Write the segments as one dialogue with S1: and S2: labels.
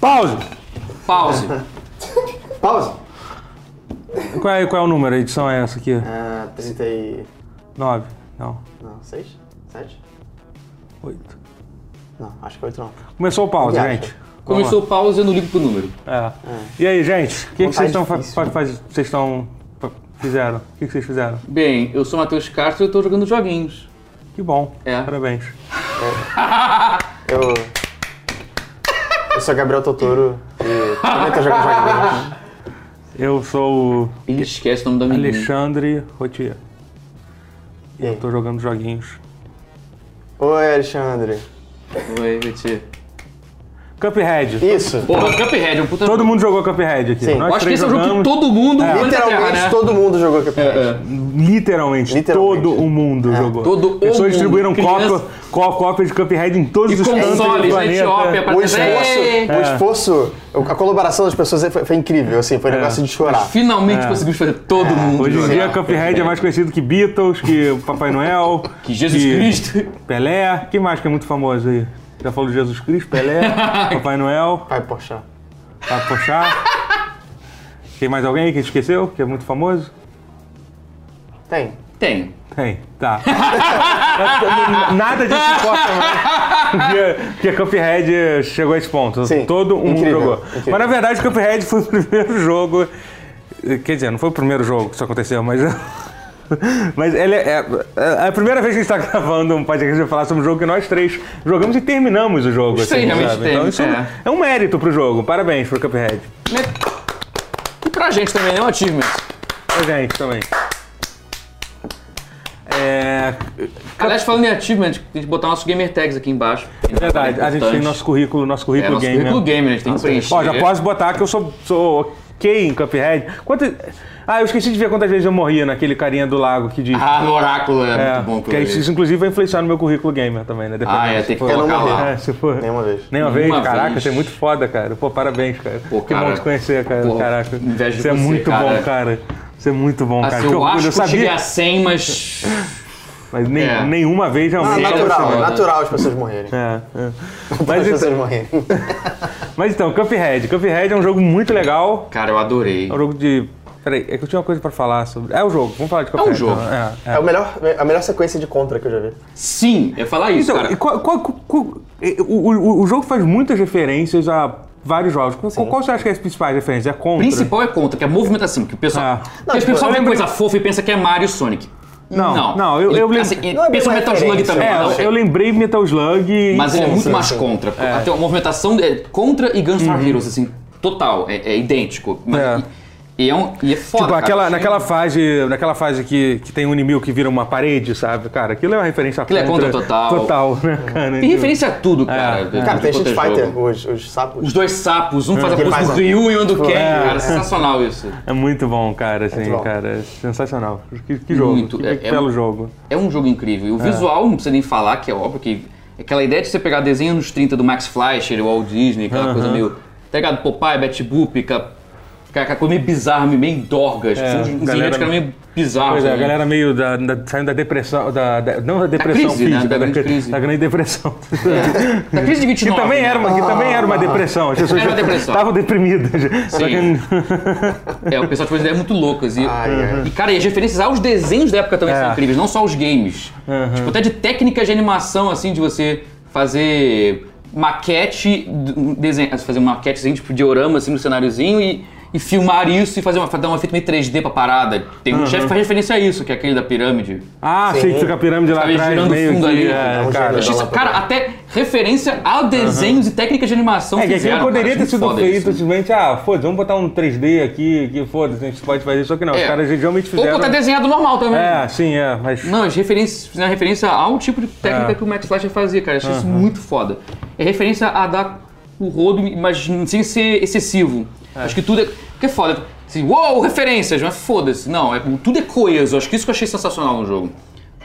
S1: Pause!
S2: Pause.
S3: Pausa.
S1: Qual é, qual é o número? A edição é essa aqui?
S3: Ah, 30 e...
S1: Nove? Não.
S3: Não, 6? 7?
S1: Oito.
S3: Não, acho que 8 não.
S1: Começou o pause,
S3: O que acha?
S1: gente.
S2: Começou o pause, eu não ligo pro número.
S1: É. E aí, gente? O que, que
S3: Vontade
S1: vocês
S2: tá
S1: estão fa-
S3: difícil.
S1: fa- faz- vocês estão fa- fizeram? O que, que vocês fizeram?
S2: Bem, eu sou o Matheus Castro e eu tô jogando joguinhos.
S1: Que bom.
S2: É.
S1: Parabéns.
S3: Eu... Eu sou Gabriel Totoro e também tô jogando joguinhos.
S1: Eu sou o
S2: Ele esquece o nome da menina.
S1: Alexandre Rotier.
S3: E aí?
S1: Eu tô jogando joguinhos.
S3: Oi, Alexandre.
S2: Oi, Betty.
S1: Cuphead.
S3: Isso.
S2: Porra, Cuphead é um puta...
S1: Todo mundo jogou Cuphead aqui.
S3: Sim.
S1: Nós
S2: Eu acho que
S1: três
S2: esse é um jogo que
S1: jogamos,
S2: todo mundo... É.
S3: Literalmente
S2: terra, né?
S3: todo mundo jogou Cuphead.
S2: É, é.
S1: literalmente,
S3: Literalmente.
S1: todo o mundo jogou.
S2: Todo o
S1: Pessoas
S2: mundo.
S1: distribuíram
S2: Criança-
S1: cópia, có- cópia de Cuphead em todos
S2: E
S1: os cantos do
S2: consoles, na
S1: planeta.
S2: Etiópia, pra
S3: O
S2: tentar...
S3: esforço,
S2: Ei!
S3: o esforço, a colaboração das pessoas foi, foi incrível, assim,
S2: É.
S3: foi um negócio de chorar.
S2: Finalmente conseguimos fazer todo mundo
S1: É. Hoje em
S2: jogar.
S1: dia, Cuphead é mais conhecido que Beatles, que Papai Noel,
S2: Que Jesus Cristo.
S1: Pelé. Quem mais que é muito famoso aí? Já falou de Jesus Cristo, Pelé, Papai Noel,
S3: Ai, poxa.
S1: Papo Pochá. Tem mais alguém aí que a gente esqueceu, que é muito famoso?
S3: Tem.
S2: Tem.
S1: Tem, tá. Nada disso importa mais. Porque, porque Cuphead chegou a esse ponto.
S3: Sim,
S1: Todo mundo
S3: incrível,
S1: jogou.
S3: incrível.
S1: Mas na verdade, Cuphead foi o primeiro jogo. Quer dizer, não foi o primeiro jogo que isso aconteceu, mas. Mas ele é, é a primeira vez que a gente está gravando um podcast de falar sobre um jogo que nós três jogamos e terminamos o jogo.
S2: Sim,
S1: assim,
S2: realmente
S1: sabe?
S2: tem,
S1: Então isso
S2: é.
S1: é. um mérito pro jogo. Parabéns pro Cuphead.
S2: E pra gente também, né? Um achievement.
S1: Pra gente também. É,
S2: Aliás, falando em achievement, tem que botar nossos gamer tags aqui embaixo.
S1: É verdade, a gente tem nosso currículo, nosso
S2: É,
S1: currículo
S2: nosso
S1: gamer.
S2: currículo gamer, a gente tem que preencher.
S1: Ó, já posso botar que eu sou, sou ok em Cuphead. Quantas... Ah, eu esqueci de ver quantas vezes eu morria naquele carinha do lago que diz.
S2: Ah, no oráculo é,
S1: É,
S2: muito bom.
S1: que isso, isso, inclusive, vai influenciar no meu currículo gamer também, né? Dependendo
S2: Ah, é,
S1: se
S2: tem que
S1: for-
S3: Eu não
S2: colocar
S3: morri.
S2: lá.
S1: É, se for...
S3: Nenhuma vez.
S1: Nenhuma vez?
S2: Nenhuma
S1: Caraca,
S2: vez.
S1: você é muito foda, cara. Pô, parabéns, cara.
S2: Pô,
S1: que bom
S2: cara.
S1: te conhecer, cara.
S2: Pô,
S1: Caraca.
S2: inveja de
S1: é
S2: você,
S1: muito
S2: cara.
S1: bom, cara. Você é muito bom, cara.
S2: Assim,
S1: que
S2: eu
S1: orgulho.
S2: acho
S1: Eu
S2: que eu cheguei
S1: sabia,
S2: a 100, mas...
S1: mas nem-
S2: É.
S1: nenhuma vez
S3: Ah,
S1: realmente.
S2: Natural,
S3: natural,
S2: né?
S3: natural as pessoas morrerem.
S1: É, é.
S3: As
S1: Mas, então,
S3: pessoas morrerem.
S1: mas então, Cuphead. Cuphead é um jogo muito legal.
S2: Cara, eu adorei.
S1: É um jogo de. Peraí, é que eu tinha uma coisa pra falar sobre. É o jogo, vamos falar de
S2: um
S1: Cuphead.
S2: jogo.
S1: então. É, é.
S3: É o melhor, a melhor sequência de contra que eu já vi.
S2: Sim, é falar isso,
S1: Então,
S2: cara.
S1: e qual- qual- qual- e- o, o- o jogo faz muitas referências a vários jogos. Qual, qual você acha que é as principais referências? É contra?
S2: principal é contra, que é movimentação, que o pessoal.
S1: Ah.
S2: Porque o
S3: tipo,
S2: pessoal
S1: eu
S2: vê
S1: lembro-
S2: coisa fofa e pensa que é Mario e Sonic.
S1: Não, não, eu-
S2: ele,
S1: eu lembro-
S2: assim, ele
S3: Não é
S2: pensa
S3: bem
S2: no Metal Slug
S3: referência,
S2: também,
S1: É,
S2: não.
S1: eu, né? eu lembrei Metal Slug e
S2: Mas ele é
S1: contra.
S2: muito mais contra. Até a movimentação é contra e Gunstar Heroes, assim, total. É, é idêntico. Mas-
S1: Uhum. É.
S2: E, e é um, e é foda.
S1: Tipo,
S2: cara.
S1: aquela,
S2: Achei-
S1: naquela fase, naquela fase que, que tem um inimigo que vira uma parede, sabe? Cara, aquilo é uma referência
S2: Aquilo é
S1: contra.
S2: contra total. Uhum.
S1: Total, né, cara?
S2: Tem referência a
S1: É.
S2: tudo, cara. de-
S3: Cara,
S2: de
S3: tem
S2: quanto
S3: Street
S2: é jogo.
S3: Fighter, os, os sapos.
S2: Os dois sapos, um faz a
S3: Que
S2: pose
S3: faz
S2: do
S3: a-
S2: Ryu e um do Ken.
S1: Uhum. É.
S2: Cara, sensacional isso.
S1: É muito bom, cara, assim,
S3: bom.
S1: cara. é Sensacional. Que, que jogo.
S2: Muito,
S1: Que,
S2: é-
S1: que
S2: é
S1: belo
S2: um-
S1: jogo.
S2: É um jogo incrível. E o visual, não precisa nem falar, que é óbvio que. Aquela ideia de você pegar desenho nos 30 do Max Fleischer, Walt Disney, aquela coisa meio. Tá ligado? Popeye, Betty Boop, aquela cara, aquela coisa meio bizarra, meio, meio dorgas.
S1: É,
S2: Os desenhos
S1: galera-
S2: que eram meio bizarros.
S1: Pois é, a
S2: né?
S1: galera meio da, da- saindo da depressão, da, da- não da depressão
S2: crise, né?
S1: física,
S2: Da grande crise. É.
S1: da grande depressão.
S2: Da crise de
S1: Que
S2: 29.
S1: Tipo, também,
S2: né?
S1: era uma, que também era uma depressão. As pessoas
S2: Era uma
S1: já
S2: depressão.
S1: estavam deprimidas. Só
S2: Sim.
S1: que-
S2: É, o pessoal tinha umas ideias muito loucas. E,
S3: Ai, ai.
S2: e, cara, e as referências aos desenhos da época também
S1: É.
S2: são incríveis, não só os games. Tipo, até de técnicas de animação, assim, de você fazer maquete, d- um desenho, fazer uma maquete, assim, tipo, diorama, assim, no cenáriozinho e, e filmar isso e fazer uma, dar um efeito meio 3D pra parada. Tem um chefe que faz referência a isso, que é aquele da pirâmide.
S1: Ah, sei que fica a pirâmide lá
S2: Sabe,
S1: atrás,
S2: girando
S1: meio
S2: fundo
S1: que...
S2: ali.
S1: é,
S2: É
S3: um
S1: cara,
S2: Eu achei isso- cara, até referência a desenhos e técnicas de animação
S1: É, que aquilo
S2: fizeram, cara.
S1: poderia
S2: Achei
S1: ter sido
S2: foda
S1: feito
S2: isso.
S1: simplesmente, ah, foda-se, vamos botar um 3D aqui, que foda-se, a gente pode fazer, só que não, os
S2: É.
S1: caras geralmente
S2: Ou
S1: fizeram...
S2: botar desenhado normal também.
S1: É, sim, é, mas...
S2: Não, as referências fizeram referência ao tipo de técnica
S1: É.
S2: que o Max Fleischer fazia, cara. Eu achei isso muito foda. É referência a dar o rodo, mas sem ser excessivo. Acho que tudo é. Porque é foda. Assim, uou, referências, mas foda-se. Não, é, tudo é coeso. Acho que isso que eu achei sensacional no jogo.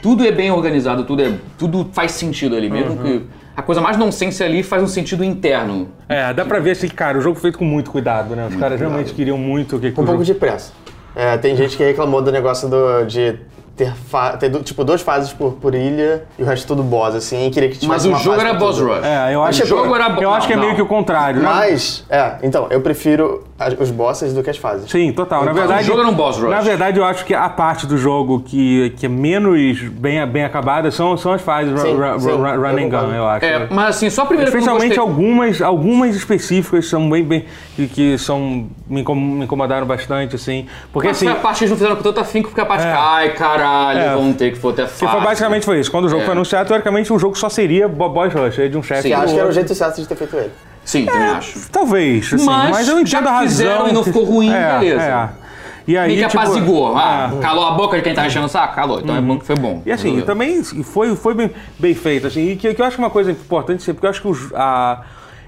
S2: Tudo é bem organizado, tudo é. Tudo faz sentido ali, mesmo
S1: Uhum.
S2: que. A coisa mais nonsense ali faz um sentido interno.
S1: É, dá pra ver assim, cara, o jogo foi feito com muito cuidado, né? Os
S2: Uhum.
S1: caras realmente queriam muito que... que
S3: Um
S1: o
S3: pouco
S1: jogo-
S3: de pressa. É, tem gente que reclamou do negócio do, de ter, fa- ter du- tipo duas fases por, por ilha e o resto tudo boss, assim, e queria que tivesse
S2: Mas o
S3: uma
S2: jogo
S3: fase
S2: era
S3: pra
S2: boss
S3: tudo.
S2: rush.
S1: É, eu
S2: O
S1: acho,
S2: jogo era bo-
S1: eu acho que é
S2: não,
S1: meio
S2: não.
S1: que o contrário, né?
S3: Mas, é, então, eu prefiro as- os bosses do que as fases.
S1: Sim, total. Na verdade,
S2: o jogo era um boss rush.
S1: Na verdade, eu acho que a parte do jogo que, que é menos bem, bem acabada são, são as fases ru-
S3: Sim,
S1: ru-
S3: sim,
S1: ru- run
S3: eu
S1: and
S3: concordo.
S1: gun, eu acho. né?
S2: É, mas assim, só a primeira que eu não
S1: Especialmente
S2: gostei-
S1: algumas, algumas específicas são bem, bem que, que são me incom- me incomodaram bastante assim, porque
S2: Mas
S1: assim,
S2: foi a parte que eles não fizeram com tanto afinco, porque a parte
S1: É.
S2: que, ai caralho,
S1: É.
S2: vão ter que for até
S1: que
S2: fácil.
S1: foi basicamente foi isso. Quando o jogo
S2: É.
S1: foi anunciado, teoricamente o jogo só seria bo- boss rush, aí de um chefe.
S2: Sim.
S1: pro
S3: Eu acho que era o
S1: outro.
S3: jeito certo de ter feito ele.
S2: Sim,
S1: É.
S2: também acho.
S1: Talvez, assim,
S2: Mas
S1: mas, eu
S2: já
S1: entendo a razão.
S2: fizeram e não
S1: que-
S2: ficou ruim,
S1: É,
S2: beleza.
S1: é. E aí,
S2: Meio que
S1: tipo,
S2: apaziguou. Ah,
S1: é.
S2: calou a boca de quem tá enchendo o saco? Calou. Então é bom que foi bom.
S1: E assim, e também foi, foi bem, bem feito, assim, e que, que eu acho uma coisa importante, assim, porque eu acho que o, j- a,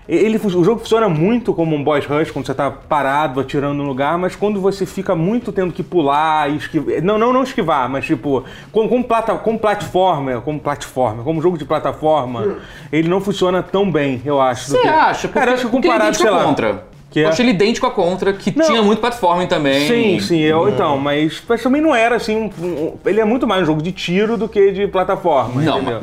S1: ele, fun- o jogo funciona muito como um boss rush, quando você tá parado, atirando no lugar, mas quando você fica muito tendo que pular e esquivar, não, não, não esquivar, mas tipo, como, como, plata, como plataforma, como plataforma, como jogo de plataforma, ele não funciona tão bem, eu acho. do
S2: Hum. Você
S1: que-
S2: acha?
S1: Cara, eu acho que
S2: porque ele é
S1: comparado,
S2: idêntico
S1: sei
S2: à
S1: lá...
S2: Contra.
S1: Que
S2: Eu
S1: é-
S2: acho ele idêntico à Contra, que
S1: Não.
S2: tinha muito platforming também.
S1: Sim, sim,
S2: Uhum.
S1: eu, então, mas, mas também não era assim. um- um- ele é muito mais um jogo de tiro do que de plataforma.
S2: Não,
S1: entendeu?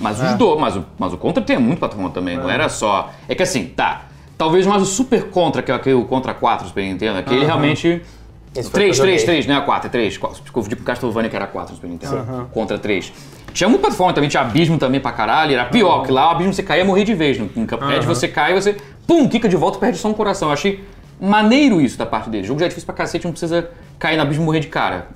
S2: mas, mas os dois, mas, o- mas o Contra tem muito plataforma também, não era só. É que assim, tá. Talvez mais o Super Contra, que é aquele- o Contra 4 do Super Nintendo, que ele realmente.
S3: Esse foi o que
S2: 3,
S3: eu
S2: 3,
S3: joguei.
S2: 3, não é 4, é 3. Confundi com Castlevania, que era 4 no Super Nintendo. Contra 3. Tinha muita plataforma também, tinha abismo também pra caralho. Era pior, que lá o abismo você caía e morria de vez. No em Cuphead você cai e você, pum, quica de volta e perde só um coração. Eu achei maneiro isso da parte dele. O jogo já é difícil pra cacete, não precisa cair no abismo e morrer de cara.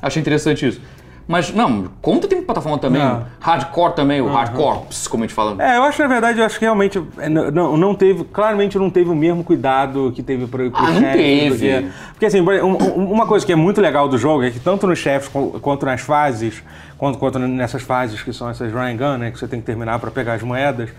S2: achei interessante isso. Mas, não, conta tem plataforma também.
S1: Não.
S2: Hardcore também, o Hardcore, como a gente fala.
S1: É, eu acho, na verdade, eu acho que realmente é, n- não, não teve, claramente não teve o mesmo cuidado que teve pro, pro
S2: Ah, não
S1: chefe,
S2: teve.
S1: Porque, porque, assim, por- um- um- uma coisa que é muito legal do jogo é que tanto nos chefes qu- quanto nas fases, quanto, quanto nessas fases que são essas run and gun, né, que você tem que terminar para pegar as moedas,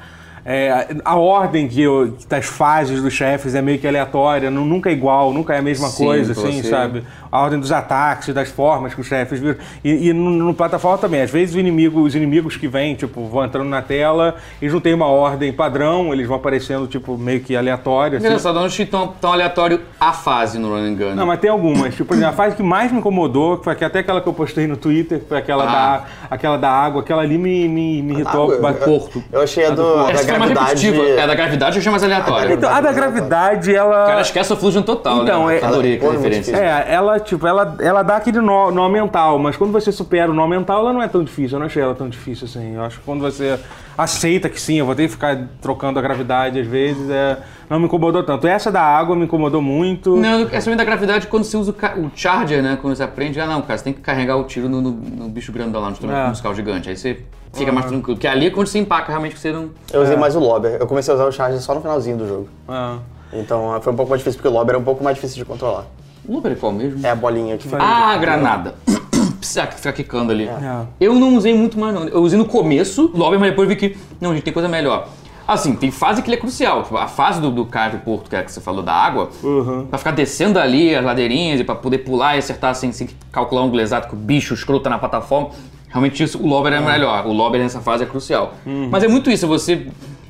S1: é, a- a ordem que eu- das fases dos chefes é meio que aleatória, nu- nunca é igual, nunca é a mesma
S2: Sim,
S1: coisa,
S2: pra
S1: assim,
S2: você-
S1: sabe? A ordem dos ataques, das formas que os chefes viram. E, e no, no plataforma também. Às vezes o inimigo, os inimigos que vêm, tipo, vão entrando na tela, eles não têm uma ordem padrão, eles vão aparecendo, tipo, meio que aleatória. assim.
S2: Engraçado, eu não achei tão, tão aleatório a fase no Run and Gun.
S1: Não, mas tem algumas. Tipo, por exemplo, a fase que mais me incomodou, que foi até aquela que eu postei no Twitter, que foi aquela,
S2: Ah.
S1: da, aquela da água, aquela ali me, me, me irritou.
S3: água?
S1: ba-
S2: Porto.
S3: Ah, Eu achei a do, da
S2: Ah, Essa foi mais
S3: gravidade.
S2: repetitiva. É, a da gravidade eu achei mais aleatória.
S1: Então, a da gravidade, ela.
S2: O cara esquece o Fusion total,
S1: Então,
S2: né?
S1: é-
S2: Adorei aquela
S3: Pô, é muito
S2: referência.
S3: difícil.
S1: É, ela, tipo, ela, ela dá aquele nó, nó mental, mas quando você supera o nó mental, ela não é tão difícil. Eu não achei ela tão difícil assim. Eu acho que quando você aceita que sim, eu vou ter que ficar trocando a gravidade às vezes, é, não me incomodou tanto. Essa da água me incomodou muito.
S2: Não, essa mesma da gravidade, quando você usa o, ca- o charger, né? Quando você aprende, ah não, cara, você tem que carregar o tiro no, no- no bicho grande lá no instrumento
S1: É. Ah.
S2: musical gigante. Aí você fica mais tranquilo. Porque ali é quando você empaca realmente que você não.
S3: Eu usei mais o Lobber. Eu comecei a usar o Charger só no finalzinho do jogo.
S1: Ah.
S3: Então ah, foi um pouco mais difícil, porque o Lobber é um pouco mais difícil de controlar.
S2: O número é qual mesmo?
S3: É a bolinha que fica.
S2: Ah, a granada. Precisa ficar quicando ali.
S1: É.
S2: Eu não usei muito mais, não. Eu usei no começo, logo, mas depois eu vi que. Não, gente, tem coisa melhor. Assim, tem fase que ele é crucial. Tipo, a fase do, do cara do porto, que é a que você falou da água,
S1: Uhum.
S2: pra ficar descendo ali as ladeirinhas e pra poder pular e acertar sem, sem calcular o ângulo exato que o bicho escroto tá na plataforma. Realmente isso, o lobber é melhor. O lobber nessa fase é crucial.
S1: Uhum.
S2: Mas é muito isso, você.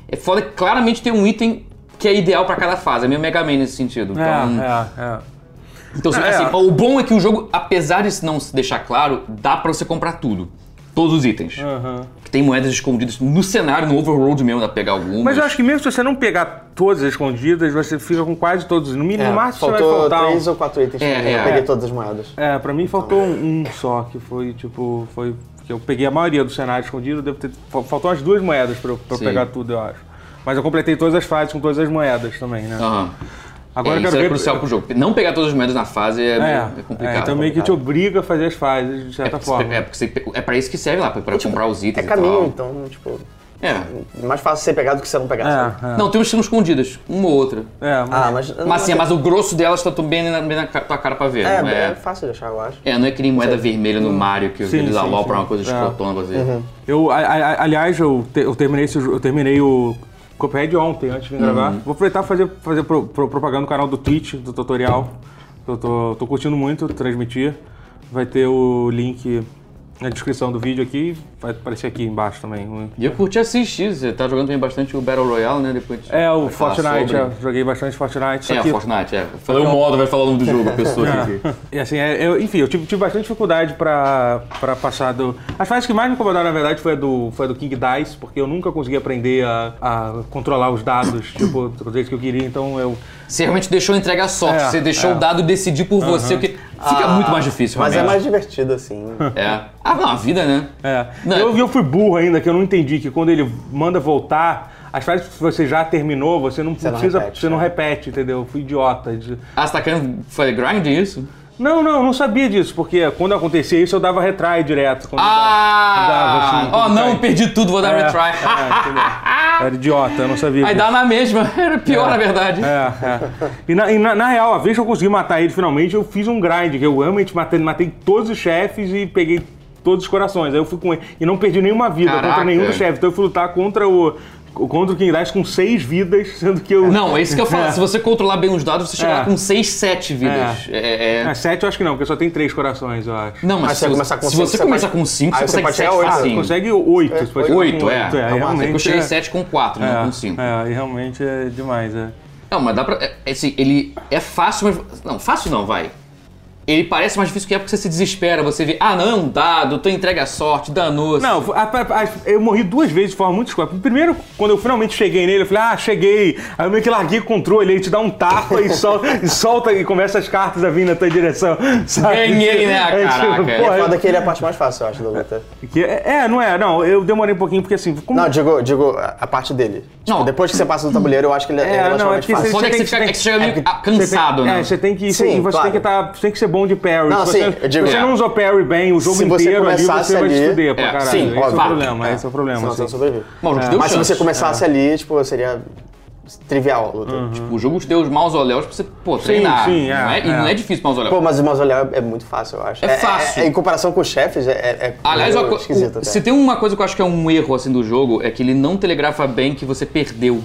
S2: É foda que claramente tem um item que é ideal pra cada fase. É meio Mega Man nesse sentido.
S1: É,
S2: Então,
S1: é, é.
S2: então, assim,
S1: É.
S2: assim, o bom é que o jogo, apesar de não se deixar claro, dá pra você comprar tudo. Todos os itens.
S1: Aham.
S2: Tem moedas escondidas no cenário, no overworld mesmo, dá pra pegar algumas.
S1: Mas eu acho que mesmo se você não pegar todas as escondidas, você fica com quase todos. No mínimo,
S3: É,
S1: no máximo você vai
S3: faltou
S1: faltar. um.
S3: três ou quatro itens.
S2: É,
S3: pra mim,
S2: é.
S3: eu peguei todas as moedas.
S1: É, pra mim faltou um só, que foi tipo. Foi. Que eu peguei a maioria do cenário escondido, devo ter. fal- Faltou as duas moedas pra eu, pra eu
S2: Sim.
S1: pegar tudo, eu acho. Mas eu completei todas as fases com todas as moedas também, né?
S2: Aham.
S1: Agora
S2: é,
S1: eu
S2: isso
S1: quero
S2: é
S1: ver.
S2: crucial pro jogo. Não pegar todas as moedas na fase é,
S1: É,
S2: é complicado.
S1: é, então meio que te obriga a fazer as fases, de
S2: É
S1: certa
S2: porque você-
S1: forma.
S2: é porque você- é pra isso que serve lá, pra, pra comprar os
S3: É
S2: itens
S3: caminho,
S2: e
S3: então, tipo,
S2: tal. É.
S3: é mais fácil você pegar do que você não pegar. sabe?
S1: é.
S2: Não, tem umas que são escondidas, uma ou outra.
S1: É, mas-
S3: Ah, mas.
S2: Mas assim, mas o grosso delas tá tudo bem na, bem na ca- tua cara pra ver.
S3: É, Hum.
S2: não
S3: é,
S2: é,
S3: fácil de achar, eu acho.
S2: é, não é que nem moeda vermelha no Mario que
S1: Sim,
S2: eles
S1: sim,
S2: alopram
S1: sim.
S2: uma coisa
S1: É.
S2: escrotona pra você.
S3: Uhum.
S1: Eu, a- a- aliás, eu, te- eu terminei esse jo- eu terminei o Cuphead ontem, antes de vir gravar. Vou aproveitar e fazer, fazer pro- pro- propaganda no canal do Twitch, do tutorial. Eu tô, tô curtindo muito transmitir. Vai ter o link na descrição do vídeo aqui, vai aparecer aqui embaixo também. o-
S2: E eu curti assistir, você tá jogando também bastante o Battle Royale, né? Depois a gente
S1: É, o
S2: vai falar
S1: Fortnite, é.
S2: sobre.
S1: eu joguei bastante Fortnite. só
S2: É,
S1: que-
S2: Fortnite, é. Falei o modo, vai falar o nome do jogo, a pessoa aqui.
S1: E assim, é, eu- enfim, eu tive, tive bastante dificuldade pra, pra passar do. As fases que mais me incomodaram, na verdade, foi a do, foi a do King Dice, porque eu nunca consegui aprender a, a controlar os dados, tipo, do jeito que eu queria, então eu.
S2: Você realmente deixou entregar a sorte,
S1: É,
S2: você deixou
S1: é.
S2: o dado decidir por você, porque fica muito mais difícil,
S3: Mas é
S2: realmente.
S3: mais divertido, assim.
S2: É. Ah, não, a vida, né?
S1: É.
S2: Não,
S1: eu, eu fui burro ainda, que eu não entendi que quando ele manda voltar, as frases que você já terminou, você não
S3: não
S1: precisa.
S3: repete,
S1: você não
S3: é.
S1: repete, entendeu? Eu fui idiota. de-
S2: Ah, você tá querendo fazer grind isso?
S1: Não, não, eu não sabia disso, porque quando acontecia isso eu dava retry direto. Quando dava,
S2: Ah!
S1: assim,
S2: Ó,
S1: quando
S2: não,
S1: sai.
S2: perdi tudo, vou dar
S1: É,
S2: Ah, retry.
S1: é, entendeu? Eu era idiota, eu não sabia.
S2: Aí
S1: disso.
S2: dá na mesma, era pior na verdade.
S1: É, é. E, na, e na- na real, a vez que eu consegui matar ele finalmente, eu fiz um grind, que eu realmente matei, matei todos os chefes e peguei todos os corações. Aí eu fui com ele. E não perdi nenhuma vida
S2: Caraca.
S1: contra nenhum dos chefes. Então eu fui lutar contra o. Contra o King Dice com seis vidas, sendo que eu.
S2: Não, é isso que eu falo. Se você controlar bem os dados, você chega
S1: É.
S2: lá com 6, 7 vidas. É. é-
S1: É, sete eu acho que não, porque só tem três corações, eu acho.
S2: Não, mas
S3: Aí
S2: se você,
S3: você começar com
S2: se
S3: cinco,
S2: você
S3: você
S2: começa
S3: pode-
S2: com 5,
S3: aí
S2: você
S3: você
S2: consegue
S3: pode
S2: 7
S3: chegar a oito.
S1: Você
S2: facinho.
S1: consegue oito. você pode chegar com
S2: 8, é.
S1: oito,
S2: é,
S1: realmente,
S2: eu cheguei
S1: é.
S2: 7 com 4, não com 5.
S1: É, e realmente é demais, é.
S2: Não, mas dá pra. é- é assim, ele é fácil, mas. Não, fácil não, vai. Ele parece mais difícil que é porque você se desespera, você vê, ah, não, é um dado, tu entrega a sorte, danou-se.
S1: Não, a- a- a- eu morri duas vezes de forma muito escrota. Primeiro, quando eu finalmente cheguei nele, eu falei, ah, cheguei. Aí eu meio que larguei o controle, ele te dá um tapa e, sol- e solta e começa as cartas a vir na tua direção. sabe?
S2: Ganhei, né,
S1: É,
S2: caraca?
S1: porra,
S2: É
S3: Foda que ele é a parte mais fácil, eu acho, da luta.
S1: que- é, não é, não, eu demorei um pouquinho, porque assim, como-
S3: Não, digo, digo a a parte dele. Tipo,
S2: Não.
S3: depois que você passa do tabuleiro, eu acho que ele é,
S1: É, não, é
S3: relativamente
S1: porque
S3: fácil.
S1: você-
S2: Foda é que
S1: tem
S2: você
S1: que-
S2: fica, é que você chega meio
S3: é que-
S2: ah, cansado,
S1: tem,
S2: né?
S1: É, você tem que,
S3: Sim,
S1: você
S3: claro.
S1: tem que tá, você tem que ser bom de parry.
S3: Não,
S1: se
S3: sim,
S1: você,
S3: eu digo,
S1: se você
S3: é.
S1: não usou parry bem o jogo
S3: Se você
S1: inteiro ali,
S3: começasse
S1: você vai
S3: ali-
S1: se fuder pra
S2: É,
S1: caralho.
S2: sim,
S1: esse é o
S3: óbvio.
S1: problema, esse é o problema.
S3: Senão você
S1: assim.
S3: não sobrevive.
S2: Mas o jogo te deu
S3: Mas se
S2: chance.
S3: você começasse ali, tipo, seria trivial a luta.
S1: Uhum.
S3: Tipo,
S2: O jogo te deu os mausoléus pra você, pô, treinar.
S1: sim, é,
S2: não é, E
S1: é.
S2: não é difícil mausoléu.
S3: Pô, mas o mausoléu é muito fácil, eu acho.
S2: É fácil.
S3: é- em comparação com os chefes, é, é, é
S2: Aliás,
S3: meio
S2: uma co-
S3: esquisito.
S2: o-
S3: até.
S2: se tem uma coisa que eu acho que é um erro assim do jogo, é que ele não telegrafa bem que você perdeu.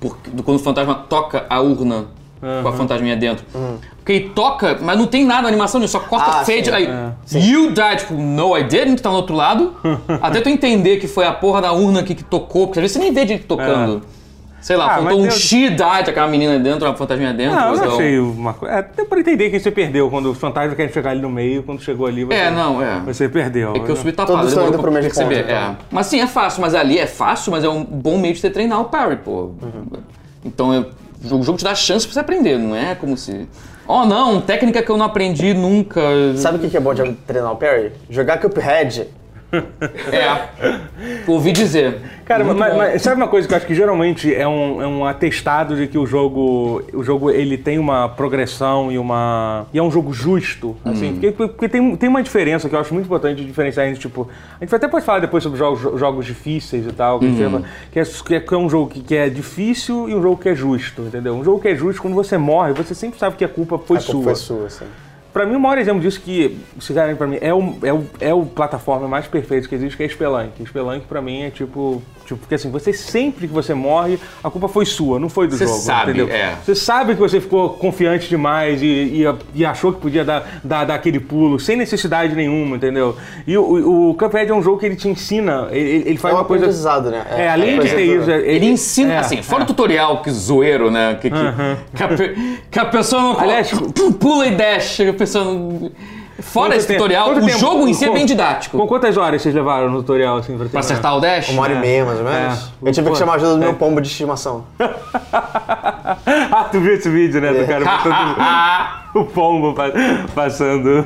S2: Porque, quando o fantasma toca a urna com a fantasminha dentro. Porque ele toca, mas não tem nada na animação, ele só corta
S3: Hum. Ah,
S2: fade.
S3: sim,
S2: aí,
S3: é.
S2: you died. Tipo, no, I didn't, tá no outro lado. Até tu entender que foi a porra da urna que, que tocou, porque às vezes você nem vê direito tocando. Sei lá,
S1: É. Ah,
S2: faltou um
S1: mas eu-
S2: she died, aquela menina dentro, a fantasminha dentro.
S1: Não, eu
S2: então-
S1: não achei uma coisa. É, deu pra entender que você perdeu quando o fantasma quer chegar ali no meio, quando chegou ali você,
S2: É, não, é.
S1: você perdeu.
S2: É que eu subi tapado,
S3: Todos
S2: demorou
S3: estão indo
S2: pra
S3: pro mesmo
S2: perceber.
S3: ponto, então.
S2: é. Mas sim, é fácil, mas ali é fácil, mas é um bom meio de você treinar o parry, pô.
S3: Uhum.
S2: Então é- o jogo, o jogo te dá chance pra você aprender, não é como se. Oh não, técnica que eu não aprendi nunca.
S3: Sabe o que que é bom de treinar o Perry? Jogar Cuphead. um
S2: É. Ouvi dizer.
S1: Cara,
S2: Muito
S1: mas,
S2: bom.
S1: mas sabe uma coisa que eu acho que geralmente é um, é um atestado de que o jogo, o jogo ele tem uma progressão e uma e é um jogo justo, assim,
S2: Hum.
S1: porque, porque tem, tem uma diferença que eu acho muito importante de diferenciar entre tipo a gente até pode falar depois sobre jogos, jogos difíceis e tal, que, a gente
S2: Uhum.
S1: chama- que é, que é- que é um jogo que, que é difícil e um jogo que é justo, entendeu? Um jogo que é justo quando você morre você sempre sabe que a culpa foi
S3: A culpa foi sua, assim.
S1: Pra mim, o maior exemplo disso que, sinceramente, pra mim, é o, é, o, é o plataforma mais perfeito que existe, que é Spelunk. Spelunk, pra mim, é tipo... Tipo, porque assim, você sempre que você morre, a culpa foi sua, não foi do
S2: Você
S1: jogo,
S2: sabe,
S1: entendeu?
S2: é.
S1: Você sabe que você ficou confiante demais e, e- e achou que podia dar, dar, dar aquele pulo, sem necessidade nenhuma, entendeu? E o, o Cuphead é um jogo que ele te ensina, ele, ele
S3: É
S1: faz
S3: um
S1: uma coisa...
S3: aprendizado, né?
S1: É, além de
S3: coisa
S1: ter
S3: do-
S1: isso... é-
S2: Ele ensina,
S1: é,
S2: assim,
S1: é. Uhum.
S2: fora o tutorial que zoeiro, né? Que, que, que a, pe- que a pessoa não
S1: Aliás,
S2: pula e desce, a pessoa não... Fora
S1: Quanto
S2: esse
S1: tempo-
S2: tutorial,
S1: quanto
S2: o
S1: tempo-
S2: jogo em si é
S1: com-
S2: bem
S1: Com
S2: didático.
S1: quantas horas vocês levaram no tutorial, assim, pra,
S2: Pra
S1: terminar?
S2: acertar o dash.
S3: Uma hora e meia, mais ou menos.
S1: É.
S3: Eu tive
S1: Pô,
S3: que chamar a ajuda do meu pombo de estimação.
S1: ah, tu viu esse vídeo, né?
S2: É.
S1: Do cara
S2: Ah,
S1: botando o pombo pa- passando.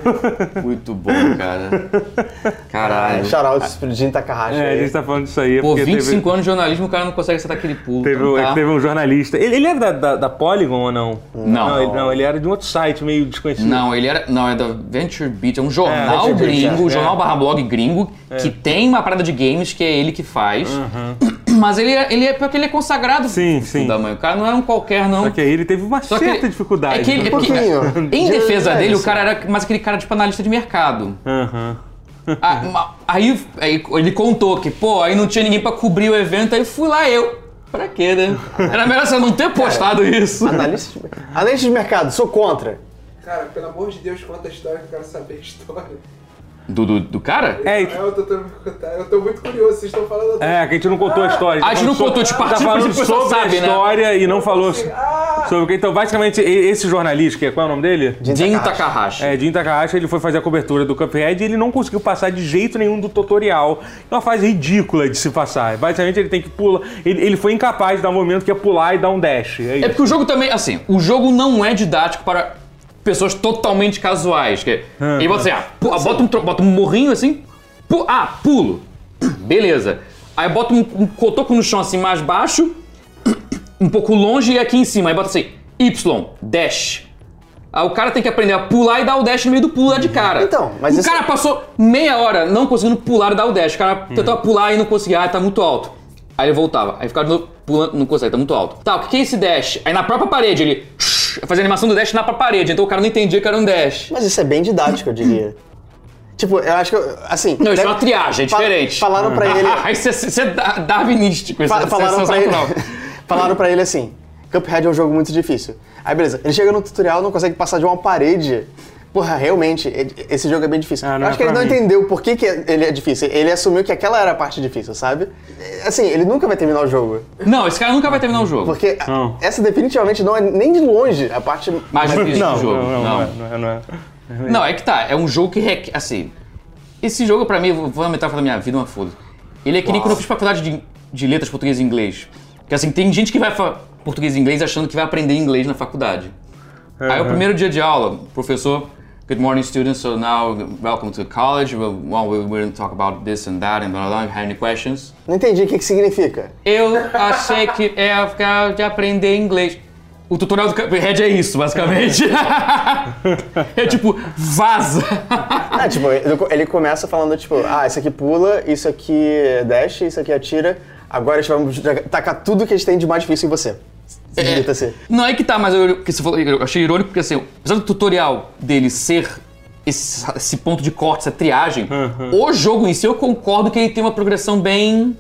S2: Muito bom, cara. Caralho.
S3: Shoutouts pro Jim Takahashi.
S1: É, a
S3: aí.
S1: gente tá falando disso aí. é
S2: Pô,
S1: porque
S2: 25
S1: teve,
S2: anos de jornalismo, o cara não consegue acertar aquele pulo.
S1: teve,
S2: então
S1: um- é
S2: tá.
S1: que teve um jornalista. Ele, ele era da, da, da Polygon ou não?
S2: Não.
S1: Não ele, não, ele era de um outro site meio desconhecido.
S2: Não, ele era. Não, é da Venture Beat, é um jornal
S3: Venture Beat,
S2: gringo,
S1: é.
S2: jornal barra blog gringo, que tem uma parada de games que é ele que faz. Mas ele é, ele é porque ele é consagrado.
S1: Uhum. Sim, sim.
S2: Da mãe. O cara não era um qualquer, não.
S1: Só que aí ele teve uma
S2: Só que-
S1: certa dificuldade.
S2: é que ele-
S1: né?
S3: Um pouquinho.
S2: Em
S3: De-
S2: defesa
S3: é
S2: dele, o
S3: isso.
S2: cara era mais aquele cara tipo analista de mercado.
S1: Aham.
S2: Ah, ma- aí, aí ele contou que, pô, aí não tinha ninguém pra cobrir o evento, aí fui lá eu. Pra quê, né? Era melhor você não ter postado isso.
S3: Analista de, analista de mercado, sou contra.
S4: Cara, pelo amor de Deus, conta a história que eu quero saber a história.
S2: Do, do, do cara?
S1: É, e-
S4: É, eu tô, tendo que contar. eu tô muito curioso, vocês estão falando...
S1: é, que a gente não contou a história.
S2: Ah, A gente não contou, tipo, a gente
S1: Tá
S2: partiu,
S1: falando
S2: mas depois
S1: sobre
S2: sabe,
S1: a
S2: né?
S1: história e não falou so-
S4: Ah,
S1: sobre o que. Então, basicamente, e- esse jornalista, que é, qual é o nome dele?
S2: Jin Takahashi.
S1: É, Jim Takahashi, ele foi fazer a cobertura do Cuphead e ele não conseguiu passar de jeito nenhum do tutorial. É uma fase ridícula de se passar. Basicamente, ele tem que pular. Ele, ele foi incapaz de dar um momento que é pular e dar um dash. É
S2: É
S1: isso.
S2: porque o jogo também, assim, o jogo não é didático para pessoas totalmente casuais. Que, e você, ah, pu- ah, bota, um, tro- bota um morrinho assim, pu- ah, pulo. Beleza. Aí bota um, um cotoco no chão assim mais baixo, um pouco longe e aqui em cima. Aí bota assim, Y, dash. Aí Ah, o cara tem que aprender a pular e dar o dash no meio do pulo lá de cara.
S3: Então, mas
S2: O
S3: isso-
S2: cara passou meia hora não conseguindo pular e dar o dash. O cara
S1: Hum.
S2: tentava pular e não conseguia, ah, tá muito alto. Aí ele voltava, aí ficava de novo pulando, não consegue, tá muito alto. Tá, o que que é esse dash? Aí na própria parede ele fazia a animação do dash na própria parede, então o cara não entendia que era um dash.
S3: Mas isso é bem didático, eu diria. tipo, eu acho que, eu- assim...
S2: Hum. Não, isso é uma triagem, é diferente.
S3: Falaram pra ele...
S2: Ah, isso é, isso é da- darwinístico, isso
S3: Fa-
S2: é
S3: falaram pra ele,
S2: sensacional.
S3: falaram pra ele assim: Cuphead é um jogo muito difícil. Aí beleza, ele chega no tutorial não consegue passar de uma parede. Porra, realmente, e- esse jogo é bem difícil.
S1: Ah, não
S3: Eu
S1: é
S3: acho que ele
S1: pra
S3: não
S1: mim.
S3: entendeu por que, que ele é difícil. Ele assumiu que aquela era a parte difícil, sabe? E, Assim, ele nunca vai terminar o jogo.
S2: Não, esse cara nunca vai terminar o jogo.
S3: Porque a-
S1: Não.
S3: essa definitivamente não é nem de longe a parte.
S2: Mais difícil do É jogo.
S1: não, não, é, não, é, não é.
S2: Não, é que tá. É um jogo que requer. Assim. Esse jogo, pra mim, vou vou uma metáfora da minha vida, uma foda. Ele é que nem quando eu fiz faculdade de, de letras português e inglês. Porque assim, tem gente que vai fa- português e inglês achando que vai aprender inglês na faculdade.
S1: É.
S2: Aí o primeiro dia de aula, o professor. Good morning, students. So now, welcome to college. Well, well, we're going to talk about this and that and blah blah. blah. Have any questions?
S3: Não entendi o que, que significa.
S2: Eu achei que é ficar de aprender inglês. O tutorial do Cuphead é isso, basicamente. é tipo, vaza.
S3: Ah, tipo, ele ele começa falando, tipo, ah, isso aqui pula, isso aqui dash, isso aqui atira. Agora a gente vai jogar- tacar tudo que a gente tem de mais difícil em você. assim. Grita-se.
S2: é. Não é que tá, mas eu, que você falou, eu achei irônico porque assim, apesar do tutorial dele ser esse, esse ponto de corte, essa triagem, o jogo em si eu concordo que ele tem uma progressão bem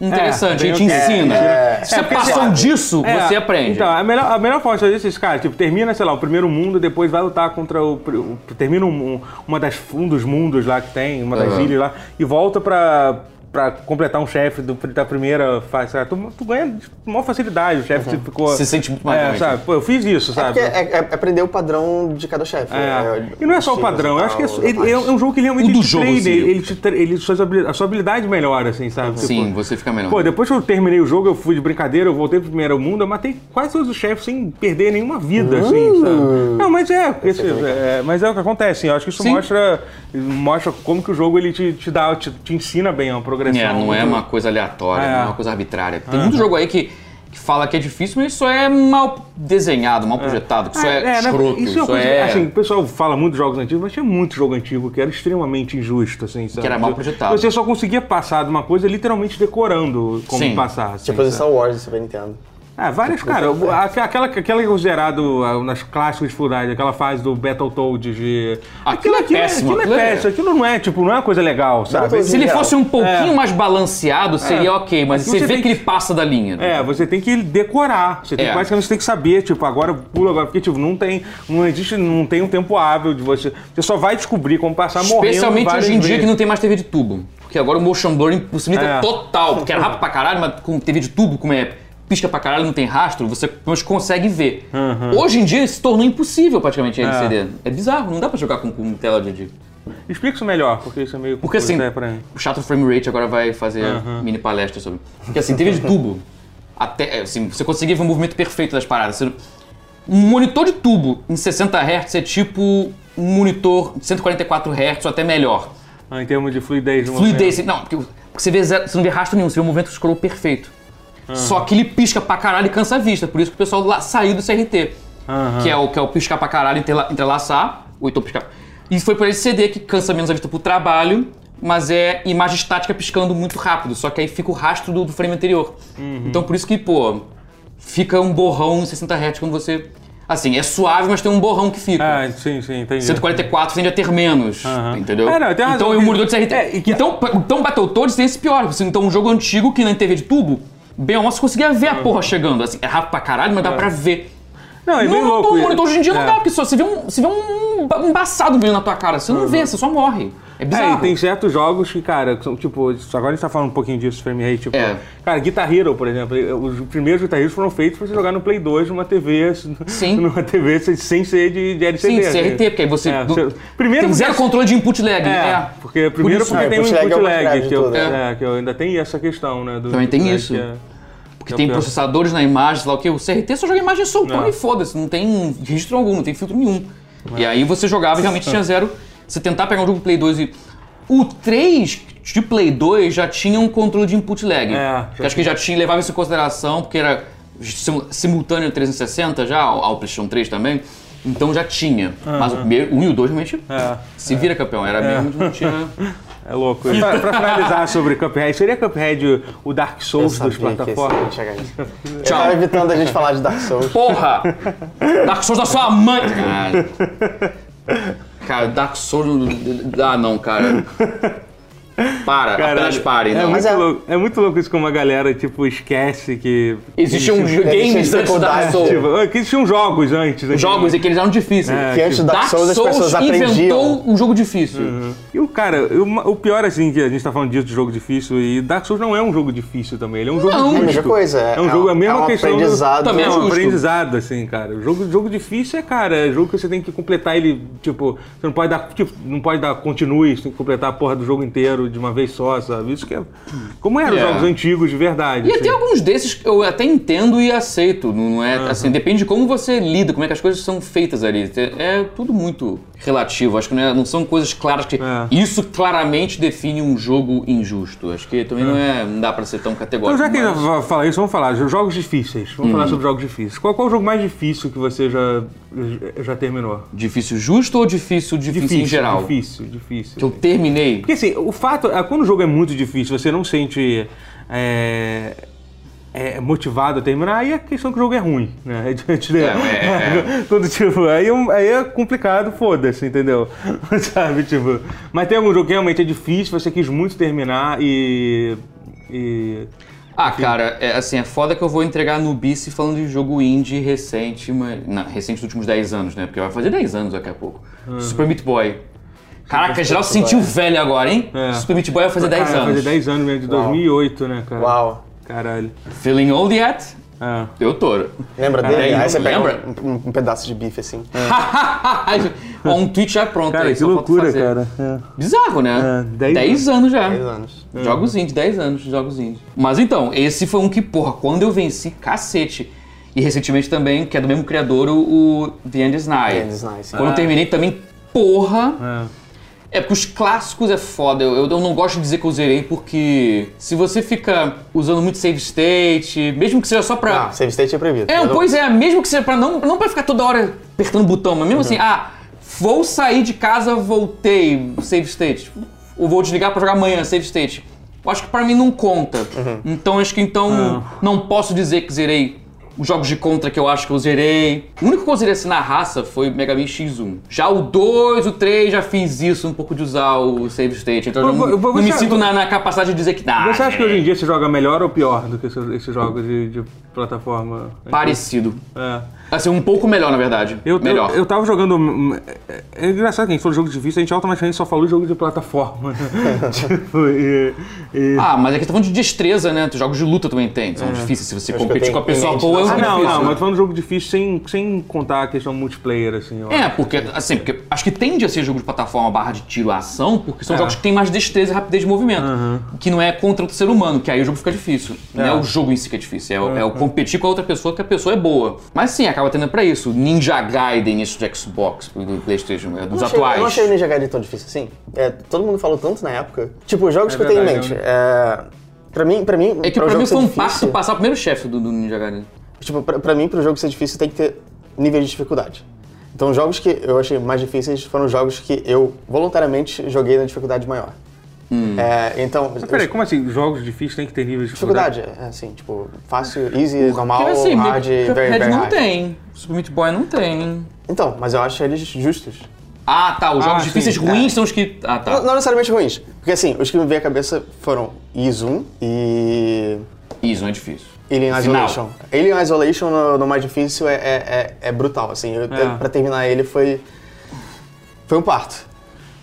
S2: interessante.
S1: É, bem
S2: ele te
S1: ok.
S2: ensina.
S3: É.
S2: Se você
S1: É, porque
S2: passou
S1: você-
S2: disso,
S1: É,
S2: você aprende.
S1: Então, a melhor, a melhor forma de fazer isso, esse cara, tipo, termina, sei lá, o primeiro mundo, depois vai lutar contra o. pri- o- termina um, um- uma das, um dos mundos lá que tem, uma das
S2: Aham.
S1: ilhas lá, e volta pra. Pra completar um chefe do- da primeira fase, sabe? tu, tu ganha de maior facilidade, o chefe tipo, ficou.
S2: Se sente muito mais
S1: É,
S2: realmente.
S1: sabe? Pô, eu fiz isso, sabe?
S3: Porque é, é aprender o padrão de cada chefe.
S1: É. E não é só o padrão, eu acho que é, su- ele- é um jogo que ele realmente
S2: O do
S1: te
S2: jogo, assim.
S1: treina,
S2: sim.
S1: ele, ele te tre- ele- suas habili- a sua habilidade melhora, assim, sabe? Tipo,
S2: Sim, você fica melhor.
S1: Pô, depois que eu terminei o jogo, eu fui de brincadeira, eu voltei pro primeiro mundo, eu matei quase todos os chefes sem perder nenhuma vida, assim, sabe? Não, mas é, porque esse- é, mas é o que acontece, assim, eu acho que isso
S2: Sim.
S1: mostra, mostra como que o jogo ele te, te dá, te, te ensina bem uma progressão. Então,
S2: É, não é uma coisa aleatória,
S1: um É.
S2: não é uma coisa arbitrária. Tem muito jogo aí que, que fala que é difícil, mas isso é mal desenhado, mal projetado, que isso é,
S1: né?
S2: escroto,
S1: isso é uma coisa, assim, o pessoal fala muito de jogos antigos, mas tinha muito jogo antigo que era extremamente injusto, assim, sabe?
S2: Que era mal projetado.
S1: Você só conseguia passar de uma coisa literalmente decorando como
S2: Sim.
S1: passar, assim,
S3: Tipo,
S1: sabe?
S3: Star Wars do Super Nintendo.
S1: Ah, várias,
S2: tá
S1: cara. eu- aqu- Aquela, aquela que é considerado ah, nas clássicas dificuldades, aquela fase do Battletoads de.
S2: Aquilo é péssimo,
S1: Aquilo é
S2: aquilo é-
S1: péssimo. Aquilo não é, tipo, não é uma coisa legal, sabe?
S3: Battletoads-
S2: Se ele
S3: Legal.
S2: fosse um pouquinho mais balanceado, seria ok, mas
S1: Aqui
S2: você
S1: É. você
S2: vê
S1: tem
S2: que ele
S1: que-
S2: passa da linha. né?
S1: É, você tem que decorar. Você tem,
S2: É.
S1: basicamente você tem que saber, tipo, agora pula agora, porque tipo, não tem, não existe, não tem um tempo hábil de você. Você só vai descobrir como passar morrendo.
S2: Especialmente
S1: várias
S2: hoje em dia
S1: vezes.
S2: que não tem mais TV de tubo. Porque agora o motion blur impossibilita
S1: É.
S2: total, porque era rápido pra caralho, mas com TV de tubo, como é pisca pra caralho, não tem rastro, você mas consegue ver. Hoje em dia se tornou impossível praticamente LCD. É. bizarro, não dá pra jogar com, com tela de... de-
S1: Explica isso melhor, porque isso é meio
S2: Porque
S1: confuso,
S2: assim,
S1: né, pra mim.
S2: o chato frame rate agora vai fazer mini palestra sobre. Porque assim, TV de tubo, até, é, assim, você conseguia ver o movimento perfeito das paradas. Você- um monitor de tubo em 60 Hz é tipo um monitor de 144 Hz ou até melhor.
S1: Ah, em termos de fluidez no
S2: Fluidez, você- não, porque, porque você, vê zero- você não vê rastro nenhum, você vê o movimento scroll perfeito. Só que ele pisca pra caralho e cansa a vista, por isso que o pessoal lá saiu do CRT. Que, é o, que é o piscar pra caralho, interla- entrelaçar, ou então piscar. E foi por esse CD que cansa menos a vista pro trabalho, mas é imagem estática piscando muito rápido, só que aí fica o rastro do, do frame anterior. Então por isso que, pô, fica um borrão em 60 Hz quando você. Assim, é suave, mas tem um borrão que fica.
S1: Ah, sim, sim, entendi.
S2: 144 tende a ter menos, entendeu?
S1: É, não, tem razão.
S2: então eu mudou de CRT.
S1: É, e que-
S2: Então, pa- então Battletoads tem esse pior. assim, Então um jogo antigo que na TV de tubo, bem ou mal, você conseguia ver a porra chegando. Assim, é rápido pra caralho, mas dá pra ver.
S1: Não, é
S2: não,
S1: bem
S2: não,
S1: louco.
S2: monitor hoje em dia
S1: É.
S2: não dá, porque só, você vê um, você vê um ba- um embaçado vindo na tua cara. Você não vê, você só morre. É bizarro.
S1: Uhum. e tem certos jogos que, cara, que são, tipo, agora a gente tá falando um pouquinho disso, frame rate, tipo,
S2: É.
S1: cara, Guitar Hero, por exemplo, os primeiros Guitar Heroes foram feitos pra você jogar no Play 2 numa TV,
S2: Sim.
S1: numa TV sem ser de, de LCD.
S2: Sim,
S1: né?
S2: CRT, porque aí você.
S1: É,
S2: do-
S1: você- primeiro
S2: tem
S1: porque-
S2: zero controle de input lag.
S1: É,
S2: É.
S1: porque primeiro
S2: isso-
S1: porque
S3: É,
S1: tem um
S3: input lag é
S1: input
S3: uma
S1: lag,
S3: grave
S1: que, eu,
S3: toda,
S2: né?
S1: é, que eu ainda tem essa questão, né? do-
S2: Também tem
S1: do- né,
S2: isso.
S1: que é-
S2: Porque tem
S1: pior.
S2: processadores na imagem, sei lá o que. O CRT só joga imagem soltando
S1: É.
S2: e foda-se. Não tem registro algum, não tem filtro nenhum. E aí você jogava e realmente tinha zero. Você tentar pegar um jogo Play 2 e. O 3 de Play 2 já tinha um controle de input lag.
S1: É,
S2: que acho que já tinha, levava isso em consideração, porque era simu- simultâneo 360 já, ao ao PlayStation 3 também. Então já tinha. Mas o primeiro, o 1 e o 2 realmente
S1: É.
S2: se vira campeão. Era mesmo, não tinha.
S1: É louco. E pra, pra finalizar sobre Cuphead, seria Cuphead o- o Dark
S3: Eu
S1: Souls das
S3: sabia que esse
S1: plataformas?
S3: ia chegar nisso. Eu
S2: Tchau.
S3: tava evitando a gente falar de Dark Souls.
S2: Porra! Dark Souls da sua mãe! Caralho. Cara, Dark Souls. não- Ah, não, cara. Para, apenas pare.
S1: é,
S2: não.
S1: muito
S3: é-
S1: Louco, é muito louco isso como a galera, tipo, esquece que...
S2: Existe um
S3: Existe
S2: game antes do Dark
S3: é secundário,
S2: Souls.
S1: Tipo, ah, que existiam jogos antes. né?
S2: É. Jogos e que eles eram difíceis.
S1: É,
S3: Que antes do Dark Souls as pessoas aprendiam. Uhum.
S2: inventou um jogo difícil.
S1: E o cara, o, ma- o pior assim, que a gente tá falando disso de jogo difícil, e Dark Souls não é um jogo difícil também, ele é um jogo
S2: Não.
S1: justo.
S2: É a
S3: mesma coisa, é-
S1: É um jogo,
S3: é
S1: a
S3: um-
S1: mesma
S3: é um
S1: questão. do-
S3: aprendizado.
S2: Também é
S1: é um
S2: justo.
S1: aprendizado, assim, cara. O jogo, jogo difícil é, cara, é jogo que você tem que completar ele, tipo, você não pode dar, tipo, não pode dar continue, você tem que completar a porra do jogo inteiro de uma vez só, sabe? Isso que é. Como eram os
S2: É.
S1: jogos antigos de verdade.
S2: E
S1: assim.
S2: até alguns desses que eu até entendo e aceito. Não é assim, depende de como você lida, como é que as coisas são feitas ali. É é tudo muito relativo. Acho que não, é- não são coisas claras que.
S1: É.
S2: Isso claramente define um jogo injusto. Acho que também não é. Não dá pra ser tão categórico.
S1: Então, já que
S2: mas-
S1: vai falar isso, vamos falar. Jogos difíceis. Vamos
S2: Hum.
S1: falar sobre jogos difíceis. Qual, qual o jogo mais difícil que você já, já terminou?
S2: Difícil justo ou difícil, difícil, em geral?
S1: Difícil, difícil.
S2: Que eu terminei.
S1: Porque assim, o fato é quando o jogo é muito difícil, você não sente é, é, motivado a terminar, aí a questão é que o jogo é ruim, né? É, de- de-
S2: é,
S1: Todo tipo, aí, é um- aí é complicado, foda-se, entendeu? Sabe, tipo. Mas tem algum jogo que realmente é difícil, você quis muito terminar e. e-
S2: Ah, cara, é, assim, é foda que eu vou entregar no Bice falando de jogo indie recente, mas. Não, recente dos últimos 10 anos, né? Porque vai fazer 10 anos daqui a pouco.
S1: Ah.
S2: Super Meat Boy. Caraca, geral se sentiu velho agora, hein?
S1: É.
S2: Super Meat Boy vai fazer 10
S1: Cara,
S2: anos.
S1: Fazer 10 anos mesmo, de 2008, né, cara?
S3: Uau.
S1: Caralho.
S2: Feeling old yet?
S1: É.
S2: Eu tô.
S3: Lembra dele?
S2: Caralho,
S3: Aí você pega
S2: lembra?
S3: um, um- um pedaço de bife assim.
S2: Ó, um tweet já pronto
S1: Cara,
S2: aí,
S1: que
S2: só falta
S1: loucura,
S2: fazer.
S1: cara. É.
S2: Bizarro, né?
S1: É, 10
S2: anos já.
S3: 10 anos.
S2: Uhum. Jogos indie, 10 anos de jogos indie. Mas então, esse foi um que, porra, quando eu venci, cacete. E recentemente também, que é do mesmo criador, o, o The End is Nigh.
S3: The End is Nigh, sim.
S2: Quando eu
S3: Ah.
S2: terminei também, porra.
S1: É.
S2: É porque os clássicos é foda. Eu, eu não gosto de dizer que eu zerei, porque se você fica usando muito save state, mesmo que seja só pra.
S3: Ah, save state é proibido.
S2: É,
S3: Eu não-
S2: pois é, mesmo que seja pra não, não pra ficar toda hora apertando o botão, mas mesmo assim, ah, vou sair de casa, voltei, save state. Ou vou desligar pra jogar amanhã, save state. Eu acho que pra mim não conta. Então acho que então não posso dizer que zerei os jogos de contra que eu acho que eu zerei. O único que eu zerei assim na raça foi Mega Man X1. Já o 2, o 3, já fiz isso, um pouco de usar o save state. Então eu
S1: Mas
S2: não,
S1: vo-
S2: não me
S1: você-
S2: sinto na, na capacidade de dizer que ah, é dá.
S1: Você acha que hoje em dia você joga melhor ou pior do que esses, esses jogos de, de plataforma?
S2: Parecido.
S1: É.
S2: Assim, um pouco melhor, na verdade.
S1: Eu,
S2: melhor.
S1: Eu, eu tava jogando. é- É engraçado que a gente falou de jogo difícil, a gente automaticamente só falou de jogo de plataforma. né? tipo, e, e-
S2: Ah, mas é questão de destreza, né? Os jogos de luta também tem. São difíceis. Se você
S3: que eu
S2: competir
S3: tenho
S2: com a pessoa
S3: cliente,
S2: boa, é
S3: não.
S2: um
S1: Ah, não,
S2: difícil.
S1: não, mas tô falando de jogo difícil sem, sem contar a questão multiplayer, assim. eu
S2: É,
S1: acho.
S2: porque, assim, porque acho que tende a ser jogo de plataforma barra de tiro a ação, porque são jogos que têm mais destreza e rapidez de movimento. Que não é contra o ser humano, que aí o jogo fica difícil. Não é o jogo em si que é difícil, é, o- é o competir com a outra pessoa que a pessoa é boa. Mas sim, acaba tendo pra isso. Ninja Gaiden, esse de Xbox, do Playstation, é dos
S3: Eu não achei-
S2: atuais.
S3: Eu não achei o Ninja Gaiden tão difícil assim. É, todo mundo falou tanto na época. Tipo, os jogos
S1: É
S3: que eu tenho em
S1: verdade,
S3: mente. É, pra mim, pra mim,
S2: É que
S3: pra, o
S2: pra
S3: jogo
S2: mim
S3: ser
S2: foi um passo
S3: difícil,
S2: passar o primeiro chefe do, do Ninja Gaiden.
S3: Tipo, pra, pra mim, pro jogo ser difícil, tem que ter nível de dificuldade. Então, os jogos que eu achei mais difíceis foram os jogos que eu voluntariamente joguei na dificuldade maior. É, então,
S1: Hum. Mas peraí, como assim? Jogos difíceis têm que ter nível de dificuldade?
S3: dificuldade, é assim, tipo, fácil, easy, normal,
S2: Porque, assim,
S3: hard, very,
S2: Cuphead
S3: very
S2: não
S3: hard.
S2: tem. Super Meat Boy não tem.
S3: Então, mas eu acho eles justos.
S2: Ah, tá. Os jogos
S1: sim,
S2: difíceis ruins são os que. Ah, tá.
S3: Não, não necessariamente ruins. Porque assim, os que me veio à cabeça foram Izum e.
S2: Isso não é difícil.
S3: Alien
S2: Final.
S3: Isolation. Alien Isolation no, no mais difícil é, é, é- é brutal, assim. Eu,
S1: É.
S3: Pra terminar ele foi. Foi um parto.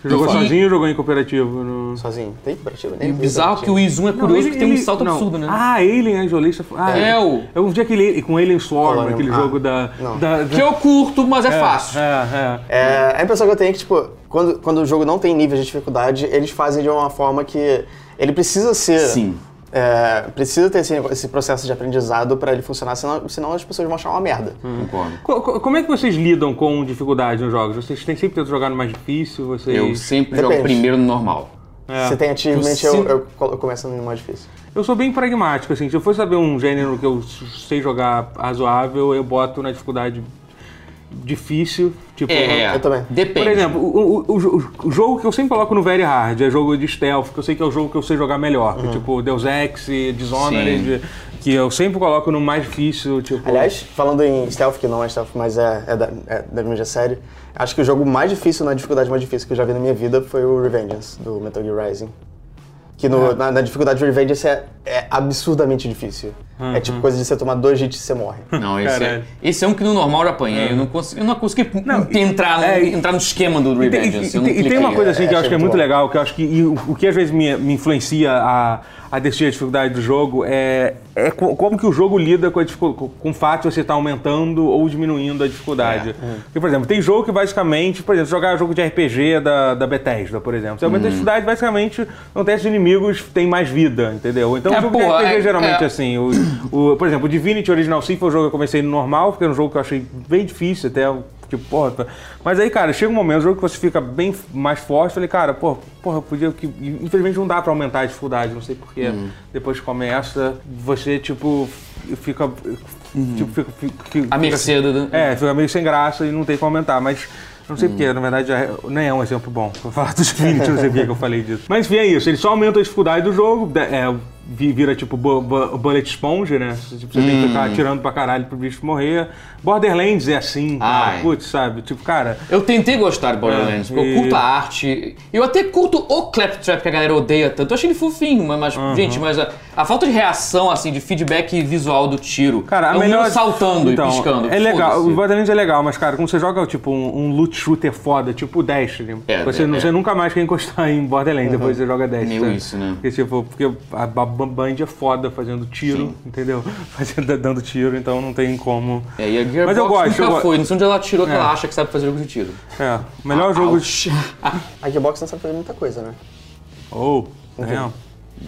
S1: Você jogou
S2: E-
S1: sozinho ou jogou em cooperativo? No...
S3: Sozinho. Tem cooperativo?
S2: E
S3: Tem
S2: o bizarro é que o Izum é
S1: Não,
S2: curioso
S1: ele-
S2: porque tem um
S1: ele-
S2: salto
S1: não.
S2: absurdo, né?
S1: Ah, Alien Isolation. Ah,
S2: É o-
S1: Eu vi aquele com Alien Swarm,
S3: Colonial.
S1: aquele
S3: Ah,
S1: jogo da.
S3: não.
S1: da, da-
S2: Que eu curto, mas é, fácil.
S1: É, é.
S3: É, a impressão que eu tenho é que, tipo, quando, quando o jogo não tem nível de dificuldade, eles fazem de uma forma que ele precisa ser...
S2: Sim.
S3: é, precisa ter esse, esse processo de aprendizado pra ele funcionar, senão, senão as pessoas vão achar uma merda.
S2: Concordo.
S1: Co- co- Como é que vocês lidam com dificuldades nos jogos? Vocês têm sempre tentado jogar no mais difícil? Vocês...
S2: Eu sempre
S3: Depende.
S2: jogo primeiro no normal.
S3: Se
S2: É.
S3: tem achievement,
S2: Eu
S3: eu,
S2: sim-
S3: eu, co- eu começo no mais difícil.
S1: Eu sou bem pragmático, assim. Se eu for saber um gênero que eu sei jogar razoável, eu boto na dificuldade difícil. Tipo,
S2: É, é.
S3: eu também.
S2: Depende.
S1: Por exemplo, o, o- o jo- o jogo que eu sempre coloco no Very Hard é jogo de stealth, que eu sei que é o jogo que eu sei jogar melhor.
S2: Uhum.
S1: que, tipo, Deus Ex, Dishonored, que eu sempre coloco no mais difícil, tipo...
S3: Aliás, falando em stealth, que não é stealth, mas é, é da, é da mesma série, acho que o jogo mais difícil, na dificuldade mais difícil que eu já vi na minha vida, foi o Revengeance, do Metal Gear Rising. Que no- na, na dificuldade do Revengeance é, é absurdamente difícil. É tipo coisa de você tomar dois hits e você morre.
S2: Não, esse é,
S1: Caralho.
S2: esse é um que no normal eu apanhei. Eu não consegui, eu não consegui entrar, no,
S1: é, e-
S2: entrar no esquema do
S1: E, tem-
S2: Revengeance.
S1: e-
S2: eu não
S1: e tem
S2: cliquei.
S1: uma coisa assim que eu
S3: É,
S1: acho que é
S3: achei
S1: muito
S3: muito bom.
S1: legal, que eu acho que e o, o que às vezes me, me influencia a, a decidir a dificuldade do jogo é, é co- como que o jogo lida com, a dificu- com- com o fato de você estar aumentando ou diminuindo a
S2: É,
S1: dificuldade. Porque, por exemplo, tem jogo que basicamente, por exemplo, jogar jogo de RPG da, da Bethesda, por exemplo, você aumenta
S2: Uhum.
S1: a dificuldade, basicamente, não tem esses inimigos, tem mais vida, entendeu? Então
S2: É,
S1: o jogo
S2: porra,
S1: de RPG
S2: é-
S1: geralmente
S2: é-
S1: assim, o, o- por exemplo, o Divinity Original Sin foi um jogo que eu comecei no normal, porque era um jogo que eu achei bem difícil, até tipo, porra. tá- Mas aí, cara, chega um momento, o jogo que você fica bem f- mais forte, eu falei, cara, porra, porra, eu podia. Que, infelizmente não dá pra aumentar a dificuldade, não sei porquê.
S2: Uhum.
S1: Depois que começa, você, tipo, fica. Tipo, fica, fica, fica-
S2: A mercê do...
S1: É, fica meio sem graça e não tem como aumentar, mas. Não sei porquê, na verdade já é- nem é um exemplo bom. Vou falar do Divinity, não sei porque que eu falei disso. Mas enfim, é isso. Ele só aumenta a dificuldade do jogo, da- é, vi- vira tipo bu- bu- bullet sponge, né? Tipo, você tem que ficar atirando pra caralho pro bicho morrer. Borderlands é assim, cara.
S2: Ai.
S1: Putz, sabe? Tipo, cara.
S2: Eu tentei gostar de Borderlands,
S1: É,
S2: porque
S1: e-
S2: eu curto a arte. Eu até curto o Claptrap, que a galera odeia tanto. Eu achei ele fofinho, mas, mas, gente, mas a, a falta de reação, assim, de feedback visual do tiro.
S1: Cara, a
S2: é um
S1: melhor.
S2: menino saltando
S1: Então,
S2: e piscando.
S1: É legal, o
S2: Foda-se.
S1: Borderlands é legal, mas, cara, quando você joga tipo um, um loot shooter foda, tipo o Destiny,
S2: É,
S1: você,
S2: é,
S1: não-
S2: é.
S1: você nunca mais quer encostar em Borderlands, depois você joga Destiny.
S2: Meio
S1: sabe?
S2: isso, né?
S1: Porque, tipo, porque a, a Band é foda fazendo tiro, entendeu? Fazendo, dando tiro, então não tem como.
S2: É, e a Gearbox
S1: Mas eu gosto,
S2: nunca
S1: eu gosto.
S2: foi. Não sei onde ela tirou que ela acha que sabe fazer jogo de tiro.
S1: É, o melhor jogo de.
S2: Ah, Ouch.
S3: A Gearbox não sabe fazer muita coisa, né?
S1: Oh, é.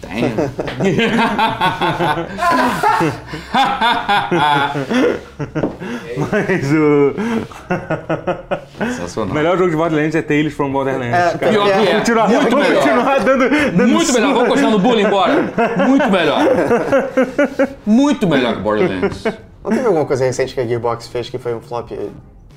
S2: Damn.
S1: Mas o
S2: Sensacional.
S1: melhor jogo de Borderlands é Tales from Borderlands.
S3: É,
S1: cara.
S2: Pior que é.
S1: Continuar,
S2: Muito
S1: vou
S2: melhor.
S1: continuar dando, dando
S2: Muito melhor, vamos continuar no bullying, bora. Muito melhor. Muito melhor que Borderlands.
S3: Não teve alguma coisa recente que a Gearbox fez que foi um flop,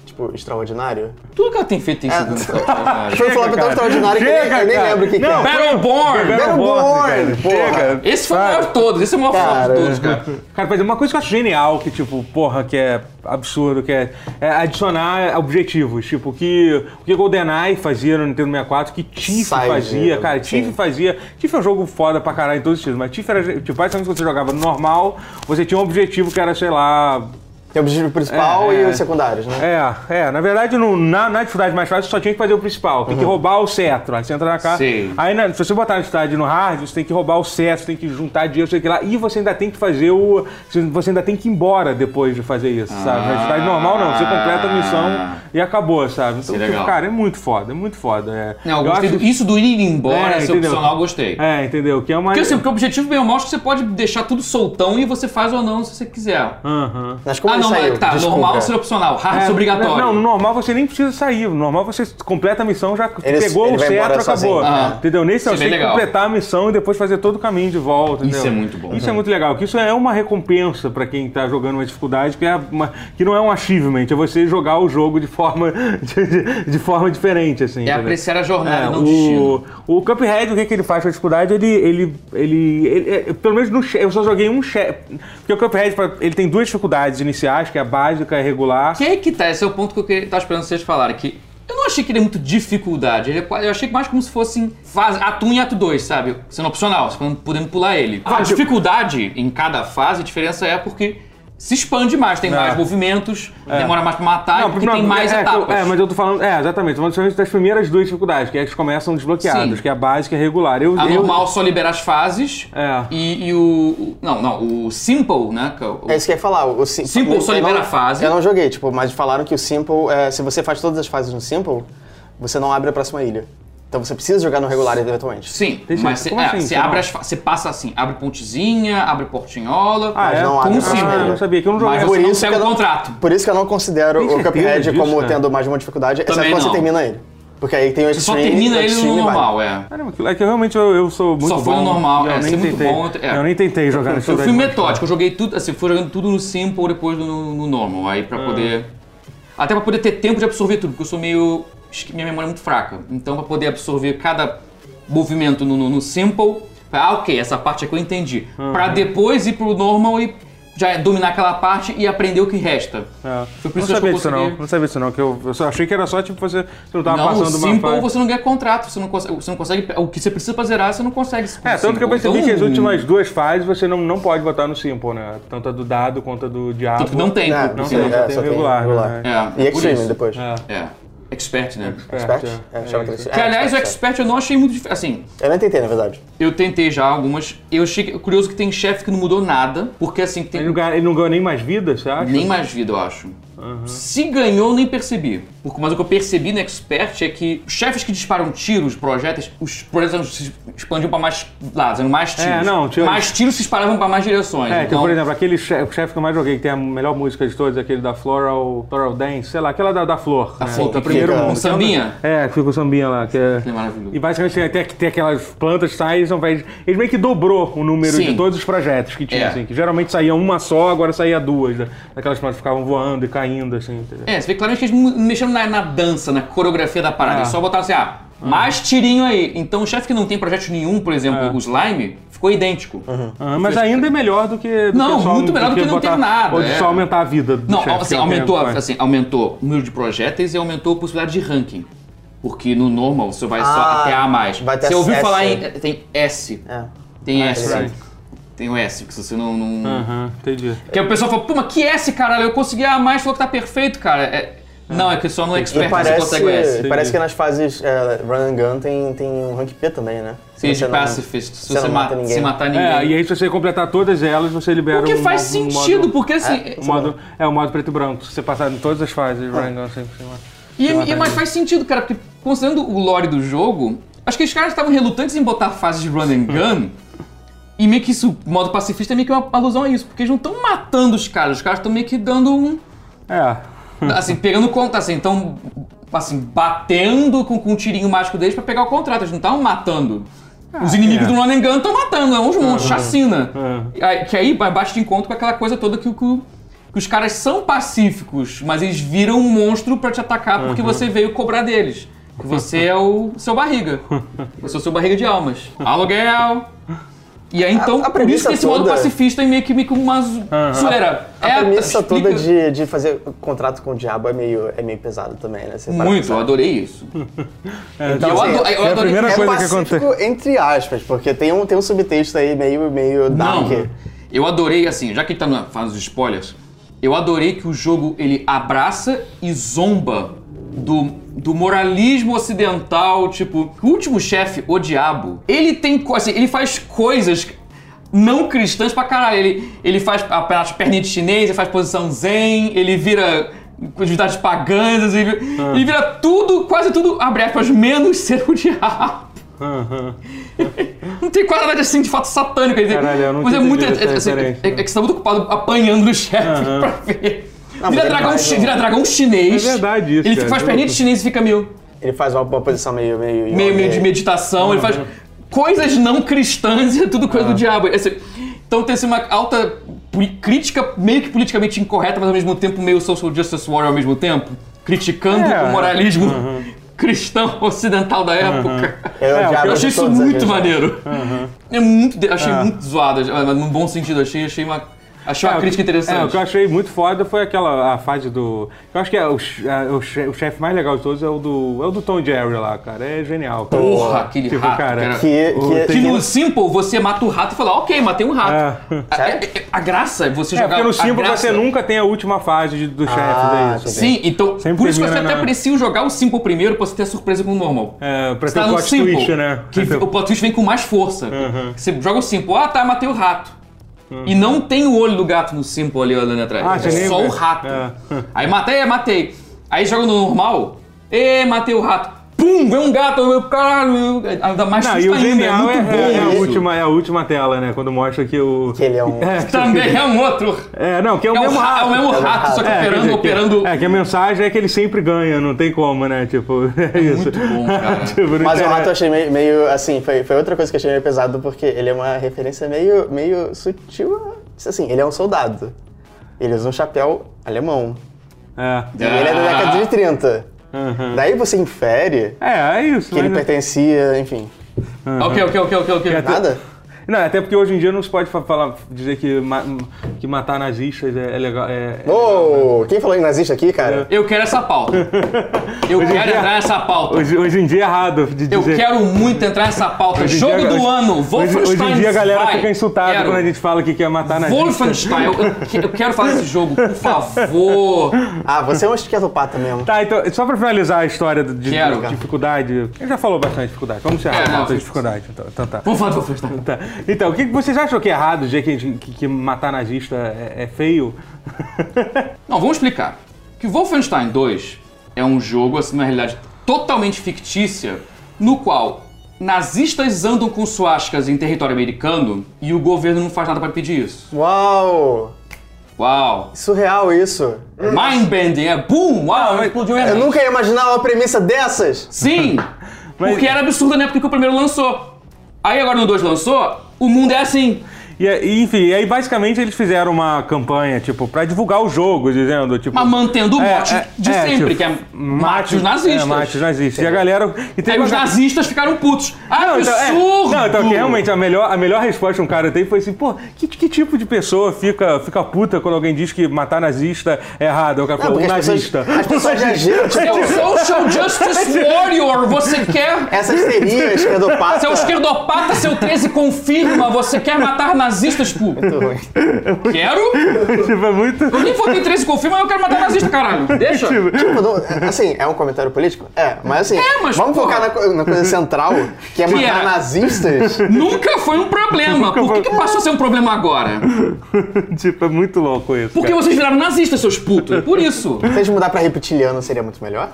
S3: tipo, extraordinário?
S2: Tudo que ela tem feito tem sido um
S3: Foi um flop tão
S1: cara.
S3: extraordinário que eu nem-
S1: Chega,
S3: eu nem,
S1: cara.
S3: lembro o que, que
S1: Não,
S3: é.
S2: Battleborn!
S3: Battleborn, porra.
S1: Chega.
S2: Esse foi o maior de todos, esse é o maior flop
S3: Cara.
S2: de todos, cara.
S1: Cara, por exemplo, uma coisa que eu acho genial, que tipo, porra, que é absurdo, que é, é adicionar objetivos. Tipo, o que, o que GoldenEye fazia no Nintendo 64, que Tiff
S3: Side,
S1: fazia,
S3: né?
S1: cara. Tiff
S3: Sim.
S1: fazia. Tiff é um jogo foda pra caralho em todos os títulos, mas Tiff era. Tipo, basicamente quando você jogava no normal, você tinha um objetivo que era, sei lá.
S3: Tem o objetivo principal
S1: É, é.
S3: e os secundários, né?
S1: É, é. Na verdade, no- na, na dificuldade mais fácil, você só tinha que fazer o principal. Tem que roubar o cetro. Aí você entra na casa.
S2: Uhum. Sim.
S1: Aí, na- se você botar na dificuldade no hard, você tem que roubar o cetro, tem que juntar dinheiro, sei o que lá. E você ainda tem que fazer o. Você ainda tem que ir embora depois de fazer isso,
S2: Ah.
S1: sabe? Na dificuldade normal, não. Você completa a missão e acabou, sabe? Então,
S2: Isso é
S1: tipo,
S2: legal.
S1: cara, é muito foda, é muito foda. É.
S2: Não, eu
S1: Eu
S2: gostei
S1: acho-
S2: do- Isso do ir embora,
S1: É,
S2: ser
S1: entendeu?
S2: opcional, eu gostei.
S1: É, entendeu? Que é uma.
S2: Porque, assim, porque o objetivo bem ou mal, acho que você pode deixar tudo soltão e você faz ou não se você quiser.
S1: Aham.
S3: Mas como
S2: ah,
S3: ele
S2: não,
S3: saiu?
S2: mas tá,
S3: Desculpa.
S2: normal ser opcional, hard
S1: É,
S2: ser obrigatório.
S1: Não, no normal você nem precisa sair. No normal você completa a missão, já
S3: Ele- é-
S1: pegou
S3: ele
S1: o
S3: vai embora
S1: cetro,
S3: sozinho.
S1: acabou.
S2: Ah.
S1: Entendeu? Nesse
S2: Isso
S1: é
S2: é
S1: você
S2: bem
S1: tem que
S2: legal.
S1: completar a missão e depois fazer todo o caminho de volta.
S2: Isso
S1: entendeu?
S2: é muito bom.
S1: Isso é muito legal. Que isso é uma recompensa pra quem tá jogando uma dificuldade, que, é uma- que não é um achievement, é você jogar o jogo de forma, de, de- de forma diferente, assim.
S2: É
S1: entendeu?
S2: apreciar a jornada,
S1: É,
S2: não o destino.
S1: o, o Cuphead, o que, que ele faz com a dificuldade? Ele, ele, ele, ele- é, pelo menos no che- eu só joguei um chefe. Porque o Cuphead, pra- ele tem duas dificuldades iniciais, que é a básica e a regular.
S2: Que é que tá, esse é o ponto que eu queria- tava esperando vocês falarem, que eu não achei que ele é muito dificuldade, ele é qua- eu achei que mais como se fossem fase, ato 1 e ato 2, sabe?
S1: Ah, tipo-
S2: Sendo opcional, você podendo- podendo pular ele. A dificuldade em cada fase, a diferença é porque se expande mais, tem mais movimentos, demora mais pra matar, porque Ah, tem mais
S1: é, é,
S2: etapas.
S1: É, mas eu tô falando. É, exatamente. Tô falando principalmente das primeiras duas dificuldades, que é as que começam desbloqueadas,
S2: Sim.
S1: que é a básica e a regular. Eu,
S2: A
S1: eu,
S2: É normal só libera as fases
S1: É.
S2: e, e o. Não, não, o simple, né? que é o-
S3: É isso que eu ia falar. O sim-
S2: Simple
S3: eu
S2: só
S3: não-
S2: libera a fase.
S3: Eu não joguei, tipo, mas falaram que o Simple, é, se você faz todas as fases no Simple, você não abre a próxima ilha. Então você precisa jogar no regular eventualmente.
S2: Sim,
S1: Deixa
S2: mas
S1: eu-
S2: você
S1: como
S2: é,
S1: assim,
S2: você
S1: normal?
S2: abre as fa- você passa assim, abre pontezinha, abre portinhola, um
S1: Ah, é?
S3: não há
S1: Como
S3: nada
S1: sim?
S3: pra
S1: Ah,
S3: saber.
S1: eu não sabia que eu não
S2: mas
S1: jogava.
S2: você
S3: por
S2: não
S3: isso
S2: pega
S3: que
S2: o
S3: eu não-
S2: contrato.
S3: Por isso que eu não considero
S1: Tem
S3: o
S1: certeza
S3: Cuphead
S1: disso,
S3: como
S1: cara?
S3: tendo mais de uma dificuldade, exceto
S2: né? Também
S3: quando
S2: não.
S3: você termina ele. Porque aí tem o
S2: Você só
S3: Extreme,
S2: termina
S3: o
S2: ele
S3: extreme
S2: no
S3: vai.
S2: normal, é.
S1: Caramba, que- é que eu realmente eu, eu sou muito
S2: Só
S1: bom.
S2: foi no normal,
S1: eu
S2: é,
S1: nem
S2: ser muito
S1: tentei,
S2: bom, é.
S1: Eu nem tentei jogar nesse
S2: Eu
S3: é
S2: fui é metódico, eu joguei tudo, assim, fui jogando tudo no simple depois no, no normal, aí
S1: Ah.
S2: pra poder até pra poder ter tempo de absorver tudo, porque eu sou meio esque- minha memória é muito fraca. Então pra poder absorver cada movimento no, no- no simple, ah, OK, essa parte aqui eu entendi.
S1: Uhum.
S2: Pra depois ir pro normal e já dominar aquela parte e aprender o que resta.
S1: É.
S2: Foi por
S1: Não
S2: isso que eu
S1: sabia disso não,
S2: consegui-
S1: não sabia disso não, que eu, eu só achei que era só tipo você, você não tava
S2: não,
S1: passando
S2: o
S1: uma
S2: Simple
S1: fase.
S2: você não ganha contrato, você não consegue, você não consegue- o que você precisa pra zerar, você não consegue.
S1: É, tanto que eu percebi
S2: Então,
S1: que as últimas duas fases você não, não pode botar no Simple, né? Tanto a do dado quanto a do diabo.
S2: Tanto que Tipo, não tem,
S3: É,
S2: porque
S3: não
S1: sei,
S2: não-
S1: só
S3: é,
S1: tem
S3: só tem
S1: regular,
S3: regular.
S1: né?
S2: É,
S3: E
S2: por
S3: Extreme
S2: isso.
S3: depois.
S1: É.
S2: É, expert, né?
S3: Expert?
S1: É,
S3: É, chama que-
S1: isso.
S3: é,
S2: Que, aliás, o
S3: expert,
S2: expert eu não achei muito difícil. Assim,
S3: é. Eu não tentei, na verdade.
S2: eu tentei já algumas. Eu achei que- curioso que tem chefe que não mudou nada, porque assim,
S1: Ele não,
S2: tem
S1: ganha, ele não ganha nem mais vida, você acha?
S2: nem mais vida, eu acho. Se ganhou, nem percebi. Porque, mas o que eu percebi no expert é que os chefes que disparam tiros, projéteis, os projéteis se expandiam pra mais lados, eram mais tiros.
S1: É, não, tio-
S2: Mais tiros se espalhavam pra mais direções.
S1: É, então,
S2: então,
S1: por exemplo, aquele chefe, o chefe que eu mais joguei, que tem a melhor música de todos, aquele da Floral, Floral Dance, sei lá, aquela da, da Flor.
S2: a
S1: né?
S2: flor,
S1: Do
S2: que
S1: primeiro
S2: fica-
S1: mundo.
S2: um sambinha.
S1: É, que fica o sambinha lá, que é...
S2: É maravilhoso.
S1: E basicamente tem, tem, tem aquelas plantas que saem, são velhas. Eles meio que dobrou o número
S2: Sim.
S1: de todos os projetos que tinha,
S2: É.
S1: assim. Que geralmente saía uma só, agora saía duas. Né? Aquelas plantas que ficavam voando e caindo, assim. entendeu?
S2: É, você vê claramente que eles não mexeram na, na dança, na coreografia da
S1: É.
S2: parada. Eles só botaram assim, ah, mais tirinho aí. Então o chefe que não tem projeto nenhum, por exemplo, o slime, ficou idêntico.
S1: Ah, mas ainda é melhor do que. do
S2: Não,
S1: que só-
S2: muito melhor do que não ter
S1: botar-
S2: nada,
S1: Ou de
S2: é.
S1: só aumentar a vida do
S2: Não,
S1: chefe, que
S2: assim,
S1: é o que
S2: aumentou, a-
S1: faz.
S2: assim, aumentou o número de projéteis e aumentou a possibilidade de ranking. Porque no normal você vai só
S3: Ah,
S2: até A mais.
S3: vai ter
S2: você ouviu
S3: S.
S2: falar em. Tem S.
S3: É.
S2: Tem S. assim.
S1: right.
S2: Tem o S, que se você não. não...
S1: Aham, entendi.
S2: Que o pessoal fala, pô, mas que S, caralho? Eu consegui A mais, falou que tá perfeito, cara. É- Não, é que só no
S3: E
S2: expert você
S3: parece,
S2: consegue o S.
S3: parece que nas fases é, Run and Gun tem, tem um rank P também, né?
S2: Sim,
S3: Se
S2: de
S3: você não-
S2: pacifist, se
S3: você não
S2: você
S3: mata
S2: mata
S3: ninguém.
S2: se matar ninguém.
S1: É, e aí se você completar todas elas, você libera
S2: o que
S1: um
S2: faz
S1: mo- um
S2: sentido,
S1: modo-
S2: porque assim.
S1: O modo, é o modo preto e branco, se você passar em todas as fases,
S2: É.
S1: random sempre você mata.
S2: e,
S1: você mata
S2: e- mas
S1: ninguém.
S2: faz sentido, cara, porque considerando o lore do jogo, acho que os caras estavam relutantes em botar fases de run and gun. E meio que isso, modo pacifista, é meio que uma alusão a isso, porque eles não estão matando os caras, os caras estão meio que dando um.
S1: É.
S2: Assim, pegando conta, assim, estão. Assim, batendo com, com um tirinho mágico deles pra pegar o contrato, eles não estavam matando. Os inimigos
S1: é.
S2: do Run and Gun estão matando, é uns montes, chacina.
S1: é.
S2: E aí- Que aí bate de encontro com aquela coisa toda que, o- que o- que os caras são pacíficos, mas eles viram um monstro pra te atacar porque você veio cobrar deles. Que você é o seu barriga. Eu sou seu barriga de almas. Aluguel! E aí então, por
S3: a
S2: isso que
S3: premissa
S2: esse modo
S3: toda-
S2: pacifista é meio que, meio que uma zo- zoeira.
S3: A
S2: É,
S3: premissa
S2: explica-
S3: toda de, de fazer contrato com o diabo é meio, é meio pesado também, né? Você para
S2: Muito,
S3: pensar.
S2: eu adorei isso.
S3: Então,
S2: eu
S3: assim,
S2: ado- eu
S1: é a
S2: adorei-
S1: primeira
S3: é
S1: coisa que
S3: pacífico,
S1: acontece.
S3: entre aspas, porque tem um, tem um subtexto aí meio, meio dark.
S2: Não, eu adorei, assim, já que ele tá na fase dos spoilers, eu adorei que o jogo ele abraça e zomba do, do moralismo ocidental, tipo, o último chefe, o diabo, ele tem, co- assim, ele faz coisas não cristãs pra caralho. Ele, ele faz a- as perninhas de chinês, ele faz posição zen, ele vira atividades pagãs, ele, ele vira tudo, quase tudo, abre aspas, menos ser o diabo. Não tem quase nada assim de fato satânico. quer dizer,
S1: Caralho, eu não
S2: Mas é
S1: tinha
S2: muito. É,
S1: entendido
S2: é,
S1: essa
S2: assim, é,
S1: referência.
S2: é que você tá muito ocupado apanhando o chefe pra ver.
S3: mas
S2: vira,
S3: ele
S2: dragão,
S3: faz
S2: chi-
S3: um-
S2: vira dragão chinês.
S1: É verdade isso,
S2: Ele
S1: cara.
S2: fica- faz perninha de chinês e fica meio,
S3: Ele faz uma, uma posição meio. Meio,
S2: meio, meio de meditação. Ele faz coisas não cristãs e é tudo coisa do diabo. É assim, então tem assim, uma alta poli- crítica, meio que politicamente incorreta, mas ao mesmo tempo meio social justice warrior ao mesmo tempo. Criticando
S1: É.
S2: o moralismo cristão ocidental da época.
S3: É, o
S1: É, o que
S3: diabo
S2: Eu
S3: de
S2: achei isso
S3: todas as
S2: muito
S3: vezes.
S2: maneiro. É muito, de- achei
S1: É.
S2: muito zoado, mas num bom sentido, achei, achei uma Achou a crítica interessante.
S1: É, o que eu achei muito foda foi aquela a fase do. Eu acho que é o, che- é, o che- o chefe mais legal de todos é o do. É o do Tom Jerry lá, cara. É genial. Cara.
S2: Porra, aquele
S1: tipo,
S2: rato,
S1: cara.
S2: cara.
S3: Que, é
S1: O-
S3: que,
S2: Que
S1: tem-
S2: no Simple você mata o rato e fala, ok, matei um rato.
S1: É.
S2: A, é- é- a graça é você
S1: É,
S2: jogar
S1: porque no
S2: a
S1: Simple
S2: graça-
S1: você nunca tem a última fase de- do chefe é
S3: Ah,
S1: daí.
S3: sim.
S2: Sim, então.
S1: Sempre
S2: por isso que eu
S1: termina
S2: até
S1: na-
S2: aprecio jogar o Simple primeiro pra você ter a surpresa com o normal.
S1: É, pra
S2: Você
S1: ter o
S2: Tá no
S1: plot twist, né?
S2: Que
S1: Pra ter-
S2: o plot twist vem com mais força.
S1: Uhum.
S2: Você joga o Simple, ah tá, matei o rato. E não tem o olho do gato no Simple ali olhando atrás.
S1: Ah, você
S2: é
S1: nem
S2: só
S1: vê.
S2: o rato.
S1: É.
S2: Aí matei, matei. Aí joga no normal, e matei o rato. Pum, vem um gato, eu, caralho, ainda mais
S1: Não,
S2: susto
S1: e o
S2: ainda,
S1: genial é,
S2: é muito
S1: é- é a
S2: bom. isso.
S1: última, é a última tela, né? Quando mostra que o.
S3: que ele é um.
S2: Também é um outro.
S1: É, não, que é o
S2: É,
S1: mesmo
S2: o ra- é o mesmo rato, só que
S1: É, quer
S2: operando,
S1: dizer, que-
S2: operando.
S1: é, que a mensagem é que ele sempre ganha, não tem como, né? Tipo, é isso.
S2: muito bom, cara.
S1: Tipo, não
S3: Mas o
S1: tem-
S3: rato eu achei meio, meio, assim, foi, foi outra coisa que eu achei meio pesado, porque ele é uma referência meio, meio sutil. Assim, ele é um soldado. Ele usa um chapéu alemão.
S1: É.
S3: E ele é da década de 30.
S1: Uhum.
S3: Daí você infere
S1: É, é isso.
S3: que ele
S1: mas-
S3: pertencia, enfim.
S1: é.
S2: Ok, ok, ok, ok, ok.
S3: Nada?
S1: Não, é até porque hoje em dia não se pode fa- falar, dizer que, ma- que matar nazistas é, é legal. É, é-
S3: Ô, quem falou em nazista aqui, cara?
S2: Eu quero essa pauta. Eu
S1: Hoje em
S2: quero
S1: dia-
S2: entrar nessa pauta.
S1: Hoje, hoje em dia é errado de dizer.
S2: Eu quero muito entrar nessa pauta.
S1: Hoje em
S2: Jogo
S1: dia-
S2: do
S1: hoje-
S2: ano.
S1: Hoje,
S2: Wolfenstein.
S1: hoje em dia a galera
S2: vai.
S1: fica insultada
S2: Quero.
S1: quando a gente fala que quer matar nazistas.
S2: Wolfenstein, eu, eu que- eu quero falar desse jogo, por favor.
S3: Ah, você é um esquetopata mesmo.
S1: Tá, então, só pra finalizar a história de, de-
S2: Quero,
S1: de
S2: cara.
S1: dificuldade. Ele já falou bastante de dificuldade. Vamos encerrar
S2: É,
S1: a
S2: não,
S1: pauta de
S2: sim.
S1: dificuldade. Então, então tá.
S2: Vamos falar do Wolfenstein.
S1: Tá. Então, o que que vocês acham que é errado dizer que, que, que matar nazista é, é feio?
S2: Não, vamos explicar. Que Wolfenstein 2 é um jogo, assim, na realidade, totalmente fictícia, no qual nazistas andam com suásticas em território americano e o governo não faz nada pra impedir isso.
S3: Uau!
S2: Uau!
S3: Surreal isso!
S2: Mind bending, é boom! Uau! Explodiu
S1: É.
S2: minha
S3: Eu
S2: mente.
S3: nunca ia imaginar uma premissa dessas!
S2: Sim! Porque era absurdo na época que o primeiro lançou. Aí agora no 2 lançou, o mundo é assim.
S1: E, e, enfim, e aí basicamente eles fizeram uma campanha, tipo, pra divulgar o jogo, dizendo, tipo...
S2: Mas mantendo o
S1: É,
S2: mote
S1: é,
S2: de
S1: é, tipo,
S2: sempre, que é mate os nazistas.
S1: É, mate os nazistas. E a galera... E tem
S2: Aí
S1: uma-
S2: os nazistas ficaram putos. Ah,
S1: Não,
S2: Absurdo!
S1: então, é. Não, então, que realmente a melhor, a melhor resposta que um cara tem foi assim, pô, que, que tipo de pessoa fica, fica puta quando alguém diz que matar nazista é errado? O cara falou,
S3: porque
S1: um
S3: as
S1: nazista.
S3: pessoas, as pessoas reagiram,
S2: Seu
S3: tipo,
S2: é social justice warrior, você quer...
S3: essa histeria esquerdopata.
S1: é um
S2: Seu esquerdopata, seu 13 confirma, você quer matar nazistas, pô. Quero?
S1: Tipo, é muito...
S2: Eu nem votei 13 confirma, eu quero matar nazista, caralho. Deixa.
S3: Tipo, não- é, assim, é um comentário político? É, mas assim,
S2: É, mas,
S3: vamos
S2: porra.
S3: focar na, co- na coisa central, que é
S2: Que
S3: matar
S2: é-
S3: nazistas.
S2: Nunca foi um problema. Por que, que passou a ser um problema agora?
S1: tipo, é muito louco isso,
S2: Porque
S1: cara.
S2: vocês viraram nazistas, seus putos. Por isso.
S3: Se a gente mudar pra reptiliano, seria muito melhor?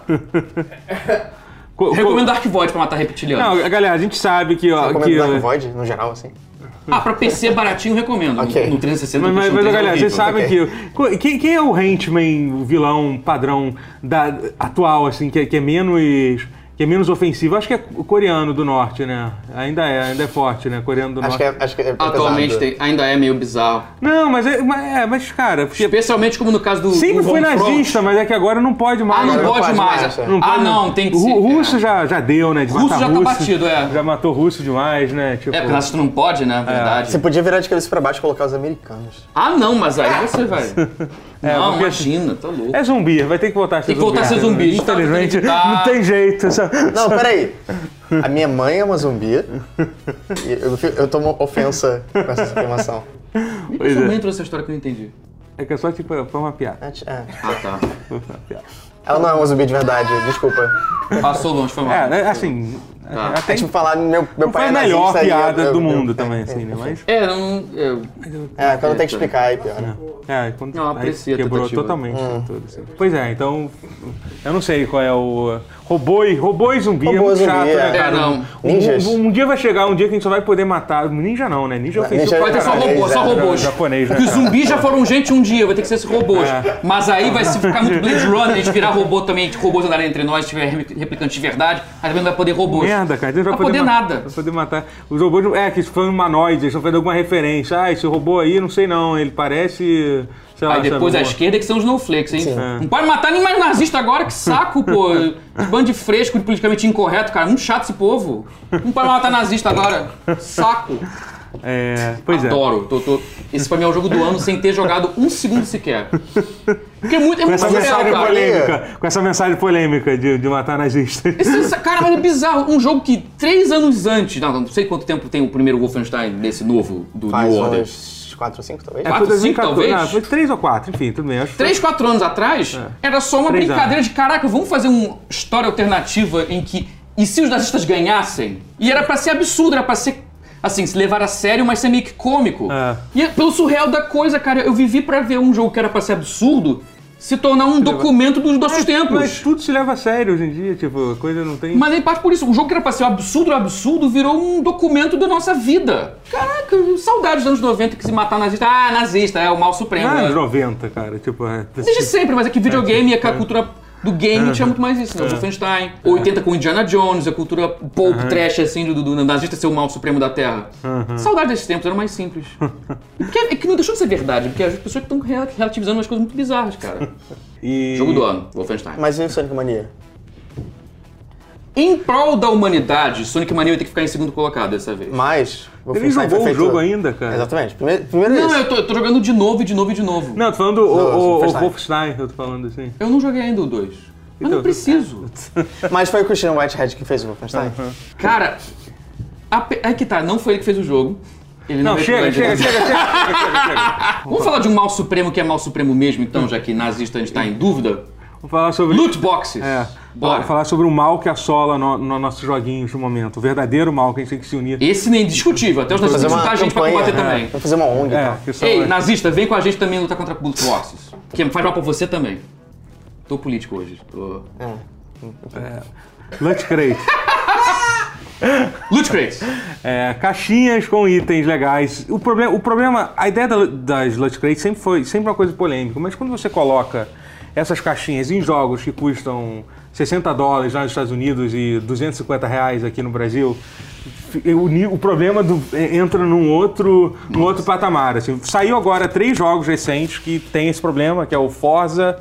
S1: Co- co-
S2: Recomendo Dark Void pra matar reptiliano.
S1: Não, galera, a gente sabe que... Ó,
S3: Como
S1: que
S3: é Dark
S1: ó,
S3: Void, no geral, assim.
S2: Ah, pra PC baratinho, recomendo.
S3: Ok.
S2: No, no 360.
S1: Mas, mas,
S2: no
S1: mas
S2: PlayStation
S1: galera,
S2: 3 é
S1: vocês
S2: horrível.
S1: sabem que. co- Quem, quem é o henchman, o vilão padrão da, atual, assim, que, é- que é menos. que é menos ofensivo? Acho que é o coreano do norte, né? Ainda é, ainda é forte, né? Coreano do
S3: Acho
S1: norte.
S3: que é, acho que é
S2: Atualmente
S3: pesado.
S2: tem- ainda é meio bizarro.
S1: Não, mas é, mas, é, mas, cara, porque.
S2: Especialmente como no caso do.
S1: Sempre
S2: do
S1: foi
S2: Homefront.
S1: nazista, mas é que agora não pode mais.
S2: Ah, não
S1: né?
S3: Agora
S2: pode
S3: pode
S2: mais.
S3: mais, é.
S1: Não
S2: ah,
S1: pode-
S2: não, tem que
S1: o,
S2: ser.
S1: O russo
S2: é.
S1: já, já deu, né? De
S2: Russo
S1: matar
S2: já tá
S1: russo,
S2: batido, é.
S1: Já matou russo demais, né? Tipo,
S2: É, porque nazista não pode, né? Verdade.
S3: Você podia virar de cabeça pra baixo e colocar os americanos.
S2: Ah, não, mas aí você vai. não,
S1: É, porque-
S2: imagina, tá louco.
S1: é zumbi, vai ter que voltar a ser
S2: Tem que
S1: zumbi. né?
S2: voltar a ser zumbi, tá?
S1: Infelizmente,
S2: Tem que dar-
S1: não tem jeito. só- é.
S3: Não, peraí. A minha mãe é uma zumbi. E eu, fi- eu tomo ofensa com essa afirmação.
S2: Por que sua mãe trouxe essa história que eu não entendi?
S1: É que é só tipo, foi uma piada.
S3: É, é.
S2: Ah, tá.
S1: Foi uma piada.
S3: Ela não é uma zumbi de verdade, desculpa.
S2: Passou longe, foi mal.
S1: É, né, assim.
S2: Tá.
S1: Até
S3: É tipo falar meu,
S1: foi
S3: meu pai
S1: a
S3: é
S1: melhor
S3: nazista e eu-
S1: piada
S3: eu-
S1: do
S3: eu-
S1: mundo
S3: é,
S1: também,
S3: é,
S1: assim, né? Mas.
S2: É, não. é,
S3: É, quando tem que explicar, aí piora.
S1: É, quando
S2: Não,
S1: aí
S2: aprecia a
S1: quebrou
S2: tentativa.
S1: totalmente tudo. assim. Pois é, então. Eu não sei qual é o. Robô e, robô e zumbi é
S3: Robô e
S1: muito
S3: zumbi,
S1: chato,
S3: é.
S1: né,
S2: É,
S1: cara?
S2: não.
S1: Um,
S3: Ninjas.
S1: um- um dia vai chegar, um dia que a gente só vai poder matar. Ninja não, né? Ninja é ofensivo.
S3: ninja
S1: pra
S2: Vai ter só
S1: caralho.
S2: robô, só
S1: É,
S2: robôs.
S1: Japonês, né?
S2: Porque os
S1: cara?
S2: zumbis já foram gente um dia, vai ter que ser esses robôs.
S1: É.
S2: Mas aí vai se ficar muito Blade Runner, a gente virar robô também, que robôs andarem entre nós, tiver replicante de verdade, aí também não vai poder robôs.
S1: Merda, cara. Não
S2: Vai poder
S1: ma-
S2: nada.
S1: Vai poder matar. Os robôs. não- É, que isso foi um humanoide, eles estão fazendo alguma referência. Ah, esse robô aí, não sei não, ele parece. Sei lá,
S2: Aí depois
S1: sabe,
S2: a
S1: um-
S2: esquerda que são os snowflakes, hein?
S3: Sim.
S1: É.
S2: Não pode matar nem mais nazista agora, que saco, pô. Que bando de Um fresco, de politicamente incorreto, cara. Muito chato esse povo. Não pode matar nazista agora. Saco.
S1: É, pois é.
S2: Adoro. Tô- tô- Esse pra mim é o jogo do ano sem ter jogado um segundo sequer. Porque é muito, é
S1: Com
S2: muito
S1: essa
S2: surreal,
S1: mensagem
S2: cara.
S1: polêmica, com essa mensagem polêmica de, de matar nazistas.
S2: Esse- essa- cara, mas é bizarro. Um jogo que três anos antes. Não, não sei quanto tempo tem o primeiro Wolfenstein desse novo, do
S3: Faz
S2: New Order.
S3: uns 4 ou 5, talvez.
S1: É,
S2: Quatro,
S1: foi
S2: cinco,
S1: 2014,
S2: talvez?
S1: não, foi três ou quatro, enfim, tudo bem. Acho que
S2: Três, quatro anos atrás, era só uma
S1: É. Três
S2: brincadeira de caraca, vamos fazer uma história alternativa em que. E se os nazistas ganhassem? E era pra ser absurdo, era pra ser. Assim, se levar a sério, mas ser meio que cômico.
S1: É.
S2: E é pelo surreal da coisa, cara, eu vivi pra ver um jogo que era pra ser absurdo se tornar um documento dos nossos tempos.
S1: É, Mas tudo se leva a sério hoje em dia, tipo, a coisa não tem.
S2: Mas aí parte por isso. O jogo que era pra ser um absurdo, um absurdo, virou um documento da nossa vida. Caraca, saudades dos anos 90 que se matar nazista. Ah, nazista, é o mal supremo.
S1: Ah,
S2: né?
S1: anos 90, cara. Tipo, é.
S2: Desde sempre, mas é que videogame é que a cultura do game tinha muito mais isso, né? O Wolfenstein, 80 com Indiana Jones, a cultura pulp trash, assim, do, do nazista ser o mal supremo da Terra. Saudade desses tempos, era mais simples. Porque é que não deixou de ser verdade, porque as pessoas estão rela- relativizando umas coisas muito bizarras, cara.
S1: E-
S2: Jogo do ano, Wolfenstein.
S3: Mas e o Sonic Mania?
S2: Em prol da humanidade, Sonic Mania vai ter que ficar em segundo colocado dessa vez.
S3: Mas. o
S1: Ele nem
S3: Wolfenstein
S1: jogou
S3: foi
S1: o
S3: feito-
S1: jogo ainda, cara.
S3: Exatamente. Primeiro, primeiro é
S2: Não,
S3: isso.
S2: eu tô, eu tô jogando de novo e de novo e de novo.
S1: Não, tô falando o,
S3: Não, assim,
S1: o, o
S3: Wolfenstein.
S1: Wolfenstein, eu tô falando assim.
S2: Eu não joguei ainda o 2. Mas
S1: Então,
S2: não preciso.
S1: é.
S3: Mas foi o Christian Whitehead que fez o
S1: Uhum.
S3: Wolfenstein?
S2: Cara, ape- aí que tá, não foi ele que fez o jogo. Ele não,
S1: Não,
S2: veio
S1: chega,
S2: pro
S1: chega,
S2: Legends.
S1: chega, chega, chega, chega, chega.
S2: Vamos falar de um mal supremo que é mal supremo mesmo, então, já que nazista a gente tá em dúvida.
S1: Vamos falar sobre.
S2: Loot boxes.
S1: É.
S2: Bora.
S1: Falar sobre o mal que assola no- nos nossos joguinhos no momento. O verdadeiro mal que a gente tem que se unir.
S2: Esse nem é indiscutível, até os nazistas
S1: Tá
S3: Fazer
S2: vão
S3: uma
S2: juntar a gente pra
S3: campanha,
S2: combater
S3: é.
S2: também.
S3: Vou fazer uma ONG e
S1: É,
S3: tal.
S1: que são.
S2: Ei, nazista, vem com a gente também lutar contra loot boxes. Que faz mal pra você também. Tô político hoje. Tô...
S3: É.
S1: Lunch crate.
S2: Loot crates.
S1: É, caixinhas com itens legais. O problema, o problema a ideia da, das Loot Crates sempre foi sempre é uma coisa polêmica, mas quando você coloca essas caixinhas em jogos que custam 60 dólares lá nos Estados Unidos e 250 reais aqui no Brasil, fi- o, ni- o problema do- é, entra num outro, num outro patamar. assim. saiu agora três jogos recentes que tem esse problema, que é o Forza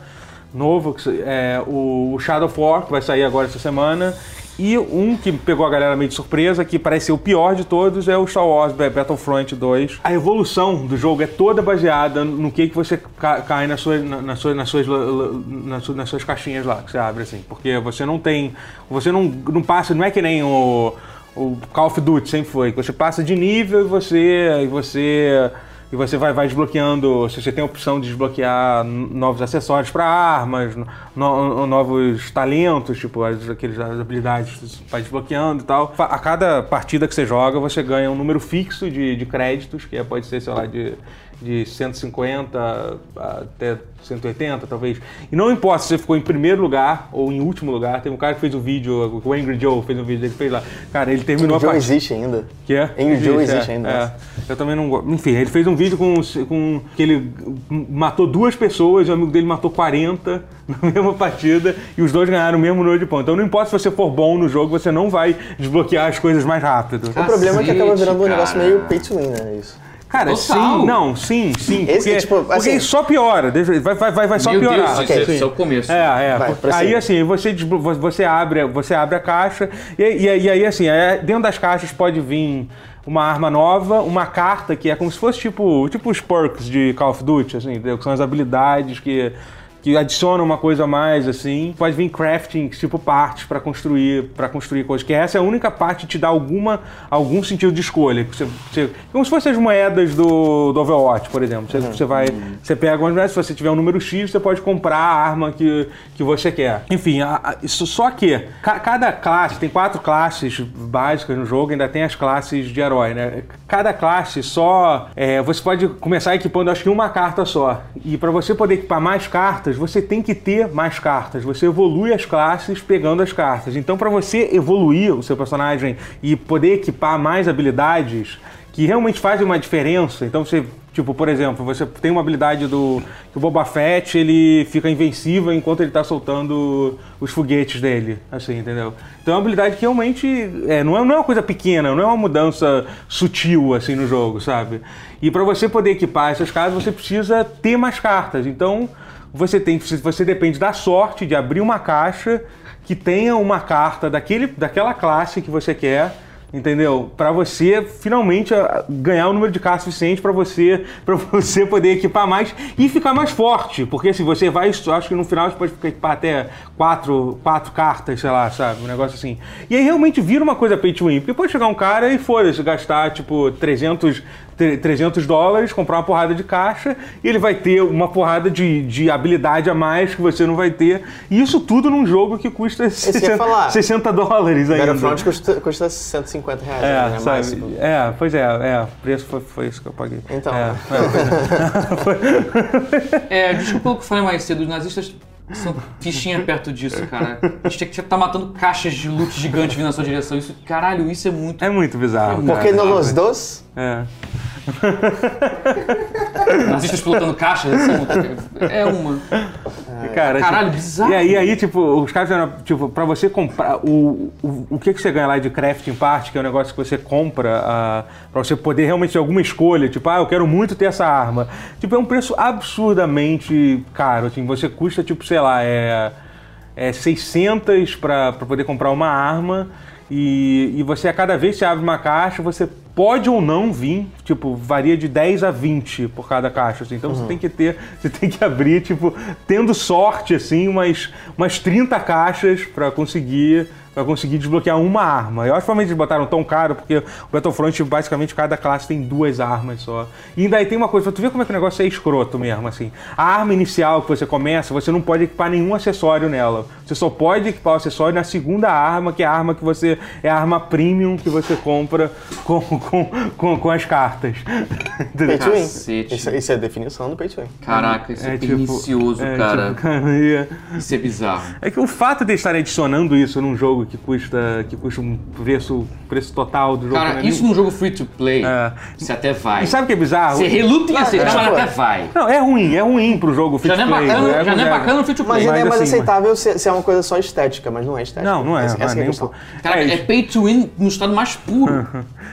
S1: novo, que se- é, o o Shadow of War, que vai sair agora essa semana. E um que pegou a galera meio de surpresa, que parece ser o pior de todos, é o Star Wars Ba- Battlefront 2. A evolução do jogo é toda baseada no que, que você ca- cai nas suas, na- nas, suas, nas, suas, la- la- nas suas- nas suas caixinhas lá, que você abre assim. Porque você não tem. Você não, não passa, não é que nem o, o Call of Duty sempre foi. que Você passa de nível e você. E você e você vai, vai desbloqueando. Se você tem a opção de desbloquear n- novos acessórios para armas, no- no- novos talentos, tipo as, aqueles, as habilidades que você vai desbloqueando e tal. Fa- A cada partida que você joga, você ganha um número fixo de, de créditos, que é- pode ser, sei lá, de, de 150 até 180, talvez. E não importa se você ficou em primeiro lugar ou em último lugar. Tem um cara que fez um vídeo, o Angry Joe fez um vídeo, ele fez lá. Cara, ele terminou
S3: O
S1: a
S3: jogo
S1: partida.
S3: existe ainda.
S1: Que é?
S3: Angry Joe existe
S1: é,
S3: ainda.
S1: é. Eu também não gosto. Enfim, ele fez um vídeo com, com que ele matou duas pessoas, o amigo dele matou 40 na mesma partida e os dois ganharam o mesmo número de pontos. Então não importa se você for bom no jogo, você não vai desbloquear as coisas mais rápido.
S3: O problema é que acaba virando um
S2: Cacete,
S3: negócio
S2: cara.
S3: meio pay to win, né? Isso.
S1: Cara,
S2: Total.
S1: sim, não, sim, sim.
S3: Esse,
S1: porque,
S3: tipo,
S1: porque
S3: assim-
S1: só piora, deixa- vai, vai, vai, vai só
S2: Meu
S1: piorar.
S2: Deus, isso,
S3: Ok,
S2: é- isso é o começo.
S1: É, é.
S3: Vai,
S1: Porque
S3: prossiga.
S1: aí assim, você, desblo- vo- você, abre, você abre a caixa e, e- e aí assim, é- dentro das caixas pode vir uma arma nova, uma carta que é como se fosse tipo, tipo os perks de Call of Duty, assim, entendeu? que são as habilidades que que adicionam uma coisa a mais assim. Pode vir crafting, tipo partes para construir, para construir coisas. Que essa é a única parte que te dá alguma algum sentido de escolha, que você, você- como se fossem as moedas do, do Overwatch, por exemplo. Você, você vai, você pega umas moedas, se você tiver um número X, você pode comprar a arma que, que você quer. Enfim, a- a- isso só que ca- cada classe, tem quatro classes básicas no jogo, ainda tem as classes de herói, né? Cada classe só. é, você pode começar equipando, acho que uma carta só. E para você poder equipar mais cartas, você tem que ter mais cartas. Você evolui as classes pegando as cartas. Então, para você evoluir o seu personagem e poder equipar mais habilidades que realmente fazem uma diferença, então você Tipo, por exemplo, você tem uma habilidade do. que o Boba Fett ele fica invencível enquanto ele tá soltando os foguetes dele. Assim, entendeu? Então é uma habilidade que realmente é, não, é, não é uma coisa pequena, não é uma mudança sutil assim no jogo, sabe? E para você poder equipar essas cartas, você precisa ter mais cartas. Então você tem você depende da sorte de abrir uma caixa que tenha uma carta daquele, daquela classe que você quer. entendeu? Pra você finalmente a- ganhar o número de cartas suficiente pra você, para você poder equipar mais e ficar mais forte, porque se você vai, eu acho que no final você pode ficar- equipar até quatro, quatro cartas, sei lá, sabe, um negócio assim. E aí realmente vira uma coisa pay to win, porque pode chegar um cara e foda-se gastar tipo 300 tre- 300 dólares, comprar uma porrada de caixa, e ele vai ter uma porrada de, de habilidade a mais que você não vai ter. E isso tudo num jogo que custa
S3: que eu
S1: 60,
S3: ia falar.
S1: 60 dólares ainda.
S3: Battlefront custa, custa 150 reais,
S1: É,
S3: né?
S1: sabe?
S3: Mais, tipo,
S1: É, pois é, é. O preço foi, foi isso que eu paguei.
S3: Então.
S1: É, é, pois é.
S2: É, desculpa o que eu falei mais cedo, os nazistas são fichinha perto disso, cara. A gente tinha que estar matando caixas de loot gigante vindo na sua direção. Isso, caralho, isso é muito.
S1: É muito bizarro.
S2: Por
S1: cara.
S3: Porque no Los Dos,
S1: É.
S2: Nazistas pilotando caixas, isso é muito- é uma.
S1: Cara,
S2: Caralho,
S1: tipo,
S2: bizarro.
S1: E aí, aí, tipo, os caras fizeram, tipo, pra você comprar, o, o, o que, que você ganha lá de crafting part, que é um negócio que você compra ah, pra você poder realmente ter alguma escolha, tipo, ah, eu quero muito ter essa arma. Tipo, é um preço absurdamente caro, assim, você custa, tipo, sei lá, é, é 600 pra, pra poder comprar uma arma e, e você, a cada vez que você abre uma caixa, você pode ou não vir, tipo, varia de 10 a 20 por cada caixa, assim. Então você tem que ter, você tem que abrir, tipo, tendo sorte, assim, umas, umas 30 caixas pra conseguir para conseguir desbloquear uma arma. Eu acho que provavelmente eles botaram tão caro, porque o Battlefront, basicamente, cada classe tem duas armas só. E ainda aí tem uma coisa, pra tu ver como é que o negócio é escroto mesmo, assim. A arma inicial que você começa, você não pode equipar nenhum acessório nela. Você só pode equipar o acessório na segunda arma, que é a arma que você. é a arma premium que você compra com, com, com, com as cartas. Entendeu?
S3: pay to win.
S2: Cacete.
S3: Isso, isso é a definição do pay to win.
S2: Caraca, isso é, pernicioso,
S1: é,
S2: cara.
S1: tipo, cara, e-
S2: Isso é bizarro.
S1: É que o fato de estar adicionando isso num jogo que custa que custa um preço preço total do jogo.
S2: Cara,
S1: né?
S2: isso num jogo free to play,
S1: É.
S2: você até vai.
S1: E sabe o que é bizarro?
S2: Você reluta em aceitar,
S3: é.
S2: mas até vai.
S1: Não, é ruim, é ruim pro jogo free
S2: Já não é
S1: to play,
S2: bacana, já não é
S1: zero.
S2: bacana no free to
S3: Mas
S2: play.
S3: ainda é
S1: Mas
S3: mais
S1: assim,
S3: aceitável se, se é uma coisa só estética, mas não é estética.
S1: Não, não é.
S3: Essa,
S1: não é
S3: essa que é a
S1: nem um
S3: questão.
S1: pouco.
S2: Caraca,
S1: É
S2: é,
S1: isso.
S2: pay to win no estado mais puro.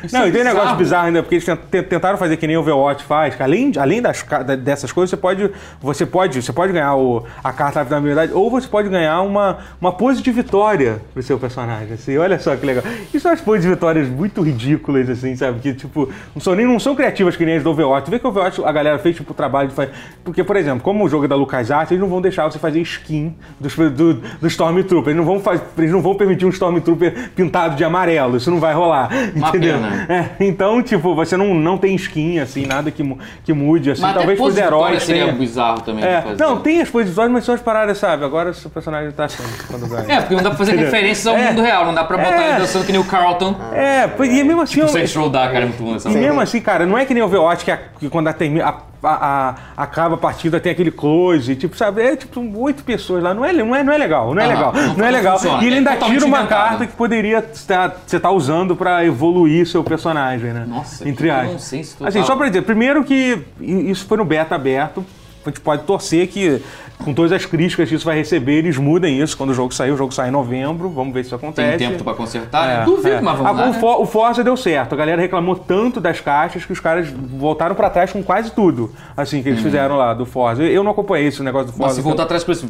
S2: Isso
S1: Não,
S2: é
S1: e tem um negócio bizarro ainda, porque eles tent- tent- tentaram fazer que nem o Overwatch faz, que além, de- além das, ca- da- dessas coisas, você pode, você pode, você pode ganhar o- a carta da habilidade, ou você pode ganhar uma, uma pose de vitória pro seu personagem, assim, olha só que legal. Isso são as poses de vitórias muito ridículas, assim, sabe, que tipo, não são, nem, não são criativas que nem as do Overwatch. Vê que o Overwatch a galera fez, tipo, o trabalho de fazer, porque, por exemplo, como o jogo é da LucasArts, eles não vão deixar você fazer skin dos, do, do Stormtrooper, eles não, vão faz- eles não vão permitir um Stormtrooper pintado de amarelo, isso não vai rolar,
S2: Uma
S1: entendeu?
S2: pena.
S1: É, então, tipo, você não, não tem skin, assim, nada que, mu- que mude, assim.
S2: Mas assim, até
S1: Talvez pros
S2: pose de vitória
S1: heróis
S2: seria
S1: tenha...
S2: bizarro também.
S1: É,
S2: de fazer.
S1: não, tem as posições, mas são as paradas, sabe? Agora o personagem tá assim, quando ganha.
S2: É, porque não dá pra fazer
S1: Entendeu?
S2: referências ao
S1: É.
S2: mundo real, não dá pra botar
S1: É.
S2: ele dançando que nem o Carlton.
S1: É, pois- e mesmo assim...
S2: O
S1: eu-
S2: Saints Row dá, cara, é muito bom essa
S1: e
S2: música.
S1: mesmo assim, cara, não é que nem o Overwatch, que, a- que quando a, termi- a- a- a- acaba a partida tem aquele close, tipo, sabe? É tipo oito pessoas lá, não é, não é, não é legal, não é
S2: Ah,
S1: legal,
S2: não,
S1: não, é
S2: não
S1: legal.
S2: funciona,
S1: E ele
S2: é
S1: ainda
S2: totalmente
S1: tira uma
S2: inventado.
S1: carta que poderia estar- você tá usando pra evoluir seu personagem, né?
S2: Nossa,
S1: Entre
S2: que
S1: aspas.
S2: nonsense total.
S1: Assim, só pra dizer, primeiro que i- isso foi no beta aberto. A gente pode torcer que, com todas as críticas que isso vai receber, eles mudem isso quando o jogo sair. O jogo sai em novembro, vamos ver se isso acontece.
S2: Tem tempo pra consertar? né?
S1: É,
S2: Duvido,
S1: é.
S2: mas
S1: Ah,
S2: vamos lá.
S1: o,
S2: né?
S1: For- o Forza deu certo. A galera reclamou tanto das caixas que os caras voltaram pra trás com quase tudo, assim, que eles fizeram lá do Forza. Eu- Eu não acompanhei esse negócio do Forza.
S2: Uhum. Mas se voltar atrás pra isso,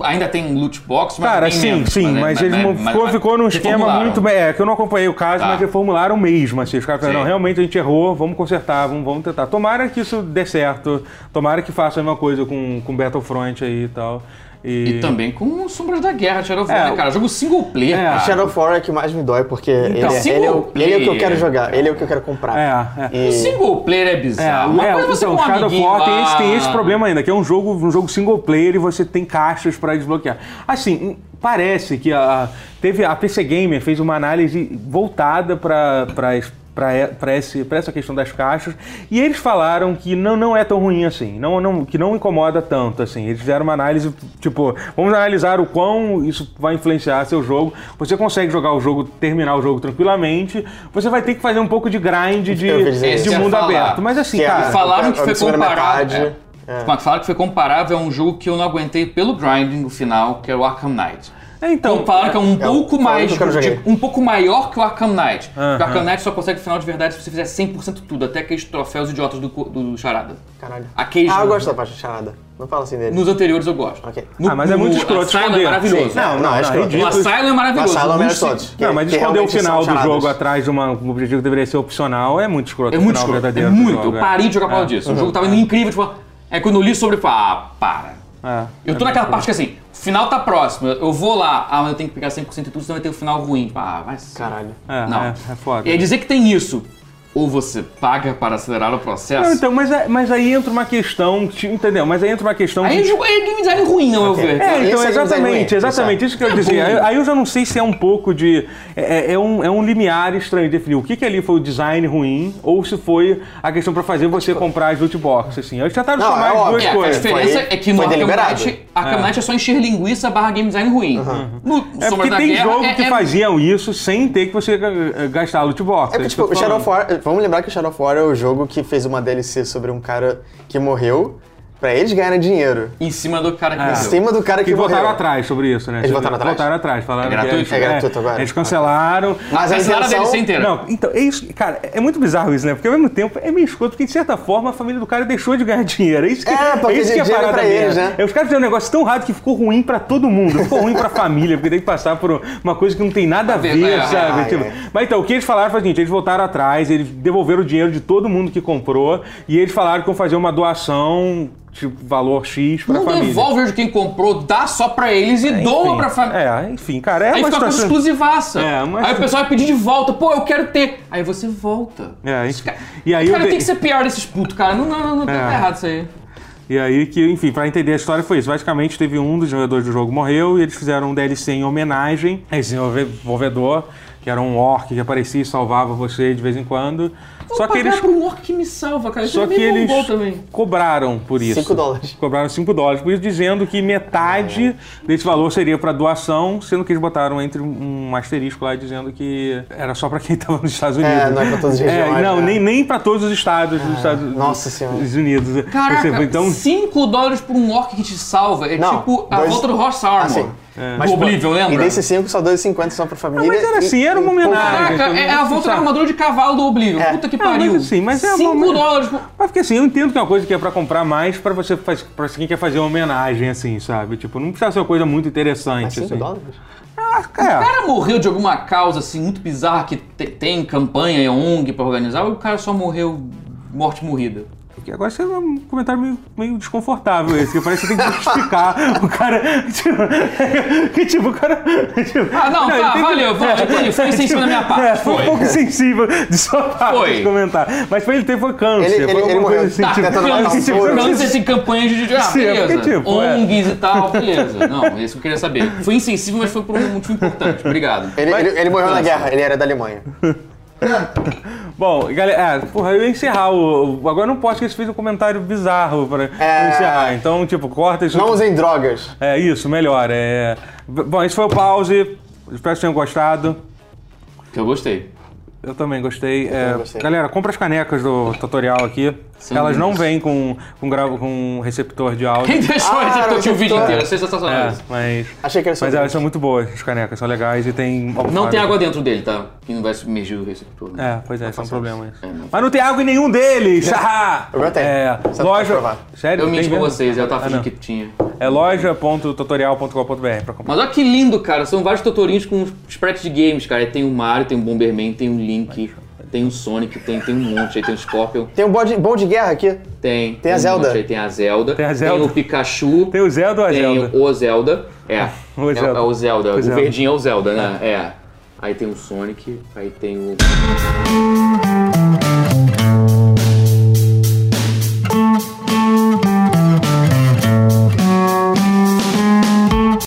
S2: ainda tem loot box, mas é-
S1: Cara,
S2: bem
S1: sim,
S2: menos,
S1: sim, mas, eles mo- ficou, ficou num esquema
S2: reformularam.
S1: muito. É, que eu não acompanhei o caso,
S2: Tá.
S1: mas reformularam mesmo. Assim, os caras falaram,
S2: Sim.
S1: não, realmente a gente errou, vamos consertar, vamos, vamos tentar. Tomara que isso dê certo, tomara que faça a mesma coisa com, com Battlefront aí e tal. E,
S2: E tá. também com o Sombras da Guerra, Shadow of War,
S1: É,
S2: né, cara? Jogo single player,
S1: é,
S2: cara.
S3: Shadow of War é que mais me dói, porque ele, é-
S2: single
S3: ele é o, ele é o que eu quero
S2: player.
S3: jogar, ele é o que eu quero comprar.
S1: É, é.
S2: O
S3: E-
S2: single player é bizarro. Uma
S1: é,
S2: coisa é você
S1: então,
S2: com um
S1: Shadow of
S2: amiguinho
S1: War
S2: lá... né?
S1: tem esse, tem esse problema ainda, que é um jogo, um jogo single player e você tem caixas pra desbloquear. Assim, parece que a teve a PC Gamer fez uma análise voltada pra pra es- pra e- pra esse- pra essa questão das caixas e eles falaram que não, não é tão ruim assim, não, não que não incomoda tanto assim. Eles fizeram uma análise tipo, vamos analisar o quão isso vai influenciar seu jogo. Você consegue jogar o jogo, terminar o jogo tranquilamente, você vai ter que fazer um pouco de grind de,
S3: Eu quis dizer
S1: de
S3: isso.
S1: mundo
S2: Isso eu ia falar.
S1: aberto, mas assim,
S3: Que é
S1: cara,
S3: a-
S2: Falaram
S3: a-
S2: que
S3: a
S2: foi
S3: segunda
S2: comparado.
S3: metade.
S2: É. Falaram que foi comparável a um jogo que eu não aguentei pelo grinding no final, que é o Arkham Knight.
S1: É, então.
S2: Falaram que é um
S3: É,
S2: pouco
S3: foi
S2: mais.
S3: o que eu joguei.
S2: tipo, um pouco maior que o Arkham Knight. Porque
S1: Aham.
S2: O Arkham Knight só consegue final de verdade se você fizer 100% tudo, até aqueles troféus idiotas do, co- do Charada.
S3: Caralho.
S2: Aqueles.
S3: Ah, eu gosto da parte charada. Não fala assim dele.
S2: Nos anteriores eu gosto.
S3: Ok.
S2: No-
S1: Ah, mas é
S2: no-
S1: muito
S2: o
S1: escroto
S2: Asylum
S1: esconder.
S2: é maravilhoso.
S1: Sim.
S3: Não, não, é escroto.
S2: O
S1: ridículo.
S2: Asylum é
S3: O
S2: maravilhoso.
S3: Asylum é o
S2: O
S3: melhor de
S2: Lucy-
S3: todos.
S1: Não, mas
S3: Que
S1: esconder o
S3: realmente são
S1: final do
S3: charadas.
S1: jogo atrás de uma- um objetivo que deveria ser opcional é muito escroto.
S2: É
S1: o
S2: muito
S1: final
S2: escroto. É
S1: verdadeiro né? do
S2: muito.
S1: jogo,
S2: Eu parei de jogar por causa disso. O jogo
S3: Uhum.
S2: tava indo incrível, tipo. É quando eu li sobre, eu falei, ah, para.
S1: É.
S2: Eu tô naquela parte que assim, o final tá próximo, eu vou lá, ah, mas eu tenho que pegar 100% de tudo, senão vai ter um final ruim. Tipo, Ah, vai se-
S3: Caralho.
S1: É,
S2: Não.
S1: é, é foda.
S2: E aí dizer que tem isso, ou você paga para acelerar o processo.
S1: Não, então, mas, é- mas aí entra uma questão, que- entendeu? Mas aí entra uma questão
S2: Aí
S1: que-
S2: o jogo é game design ruim, não, eu ver.
S1: É, então,
S3: Esse é design
S1: exatamente,
S3: ruim,
S1: exatamente. Isso que
S2: É
S1: eu dizia. Aí- Aí eu já não sei se é um pouco de. É, é- é um, é um limiar estranho de definir o que, que ali foi o design ruim ou se foi a questão pra fazer você
S2: tipo,
S1: comprar as loot boxes. Assim. Eles tentaram
S3: Não,
S1: chamar
S3: é
S1: as duas
S3: óbvio.
S2: É, a
S1: coisas.
S2: diferença
S3: Foi-
S2: é que no
S3: foi
S2: Arkham
S3: deliberado.
S2: Knight, Arkham Knight é só encher linguiça barra game design ruim. No
S1: É
S2: Sombra
S1: porque
S2: da
S1: tem
S2: Guerra
S1: jogo
S2: é-
S1: que
S2: é-
S1: faziam isso sem ter que você eh, gastar loot box.
S3: É porque,
S1: isso que eu
S3: tipo,
S1: tô
S3: o Shadow of
S1: falando.
S3: War. Vamos lembrar que o Shadow of War é o jogo que fez uma DLC sobre um cara que morreu pra eles ganharem dinheiro.
S2: Em cima do cara que
S3: Em
S1: Ah.
S2: morreu.
S3: cima do cara é que,
S1: Que
S3: morreu.
S1: votaram atrás sobre isso, né?
S3: Eles votaram atrás?
S1: Votaram atrás, falaram
S2: É gratuito?
S1: que
S3: É gratuito agora? Ah,
S1: Eles cancelaram.
S3: Mas a
S2: Cancelaram a
S3: intenção...
S2: DLC inteira.
S1: Não, então, é isso. Cara, é muito bizarro isso, né? Porque ao mesmo tempo é meio escroto, porque de certa forma a família do cara deixou de ganhar dinheiro. É isso que
S3: É, porque
S1: isso que é a
S3: dinheiro
S1: parada
S3: pra eles,
S1: merda.
S3: né?
S1: Os caras fizeram um negócio tão errado que ficou ruim pra todo mundo. Ficou ruim pra família, porque tem que passar por uma coisa que não tem nada a
S2: ver,
S1: ver,
S2: é,
S1: sabe?
S3: é,
S1: Tipo,
S3: é.
S1: Mas então, o que eles falaram foi o seguinte: eles voltaram atrás, eles devolveram o dinheiro de todo mundo que comprou e eles falaram que vão fazer uma doação, tipo, valor X pra
S2: Não
S1: família.
S2: devolve o Um de quem comprou, dá só pra eles e doa
S1: Enfim,
S2: pra família.
S1: É, enfim, cara, é
S2: Aí
S1: uma
S2: fica uma coisa
S1: situação...
S2: exclusivaça.
S1: É, mas-
S2: Aí o pessoal vai pedir de volta. Pô, eu quero ter. Aí você volta.
S1: É,
S2: Isso,
S1: enfim.
S2: cara-
S1: E aí
S2: cara,
S1: eu dei-
S2: tem que ser pior desses putos, cara. Não, não, não, não
S1: É.
S2: tá errado isso aí.
S1: E aí que, enfim, pra entender a história foi isso. Basicamente, teve um dos jogadores do jogo morreu e eles fizeram um DLC em homenagem a esse desenvolvedor, que era um orc que aparecia e salvava você de vez em quando. Só
S2: Vou
S1: que
S2: pagar
S1: eles
S2: pro um orc que me salva, cara. Isso
S1: só
S2: é
S1: que
S2: meio
S1: eles
S2: mongol também.
S1: cobraram por isso.
S3: Cinco dólares. É.
S1: Cobraram 5 dólares por isso, dizendo que metade desse valor seria pra doação, sendo que eles botaram entre um asterisco lá dizendo que era só pra quem tava nos Estados Unidos.
S3: não é pra todas as regiões,
S1: não,
S3: né? É.
S1: nem, nem pra todos os estados dos Estados
S3: Nossa Senhora.
S1: dos Unidos.
S2: Caraca,
S1: então,
S2: 5 dólares por um orc que te salva é
S3: Não,
S2: tipo a
S3: dois-
S2: volta do Horse Armor.
S3: Assim,
S1: É.
S2: Do Oblivion,
S3: E
S2: lembra?
S3: desses cinco, só 2,50 são pra família.
S1: mas era
S3: e-
S1: assim, era uma
S3: e pouco- Ah,
S1: homenagem.
S2: Caraca,
S1: então,
S2: é a volta da
S1: sabe?
S2: armadura de cavalo do Oblivion.
S3: É. Ah.
S2: Puta que
S1: Ah, mas
S2: pariu.
S1: assim, mas é
S2: 5
S1: uma-
S2: dólares por...
S1: Mas porque assim, eu entendo que é uma coisa que é pra comprar mais pra você faz, pra quem quer fazer uma homenagem, assim, sabe? Tipo, não precisa ser uma coisa muito
S3: Mas
S1: interessante.
S3: cinco
S1: assim.
S3: dólares?
S2: O cara morreu de alguma causa assim muito bizarra que te- tem campanha e ONG pra organizar, ou o cara só morreu morte morrida?
S1: Porque agora isso é um comentário meio, meio desconfortável esse, que parece que você tem que justificar o cara. Tipo, que tipo, o cara. tipo,
S2: Ah, não,
S1: ele tem
S2: tá,
S1: que-
S2: valeu, valeu, entendi, foi sensível da minha parte,
S1: É, foi,
S2: foi.
S1: um pouco sensível de sua parte
S2: Foi.
S1: de comentar. Mas foi ele ter foi câncer.
S3: Ele- ele-
S1: foi alguma
S3: ele morreu.
S1: coisa assim,
S3: Tá,
S1: tipo,
S3: tentando matar
S1: porque, tipo,
S3: soro.
S1: não
S2: Não
S1: precisa-
S2: sei se campanha de... Ah,
S1: Sim, é porque,
S2: beleza.
S1: tipo, é.
S2: ONGs e tal, beleza. Não, é isso que eu queria saber. Foi insensível, mas foi por um motivo importante. Obrigado.
S3: Ele, ele- ele morreu na
S2: Nossa.
S3: guerra, ele era da Alemanha.
S1: Bom, galera, é, porra, eu ia encerrar o. o- Agora eu não posso que eles fez um comentário bizarro pra
S3: É.
S1: encerrar. Então, tipo, corta isso.
S3: Não usem drogas.
S1: É isso, melhor. É... B- Bom, esse foi o pause. Espero que tenham gostado.
S2: Que eu gostei.
S1: Eu também gostei. É,
S3: também gostei.
S1: Galera, compra as canecas do tutorial aqui.
S2: São
S1: Elas não
S2: lindas.
S1: vêm com, com, gravo, com receptor de áudio.
S2: Quem deixou
S3: Ah,
S2: ah, esse aqui o vídeo
S3: é.
S2: inteiro? É sensacional.
S1: É, mas.
S3: Achei que era só
S1: Mas
S3: drink.
S1: elas são muito boas, as canecas, são legais e tem.
S2: Não tem água dentro dele, tá? Que não vai submergir o receptor. né?
S1: É, pois é, isso é um problema isso.
S2: É, não.
S1: Mas não tem água em nenhum
S3: É.
S1: deles!
S3: Agora tem.
S1: É,
S3: Só pra
S1: loja.
S3: provar.
S1: Sério?
S2: Eu menti
S1: É, Tem
S2: pra
S1: mesmo?
S2: vocês, eu tava
S1: Ah,
S2: fingindo
S1: não.
S2: que tinha.
S1: É loja.tutorial.com.br pra comprar.
S2: Mas olha que lindo, cara. São vários tutorinhos com sprites de games, cara. Aí Tem o Mario, tem o Bomberman, tem o Link, tem o Sonic, tem, tem um monte. Aí tem o Scorpion,
S3: Tem um bode- bom de guerra aqui.
S2: tem...
S3: a
S2: um
S3: Zelda.
S2: monte. Aí tem a Zelda.
S1: Tem a Zelda.
S2: o Pikachu.
S1: Tem o Zelda ou a
S2: tem
S1: Zelda?
S2: o Zelda. É.
S1: O
S2: é,
S1: Zelda.
S2: é o Zelda. O,
S1: Zelda.
S2: verdinho é o Zelda, né? É. Aí tem o Sonic, aí tem o...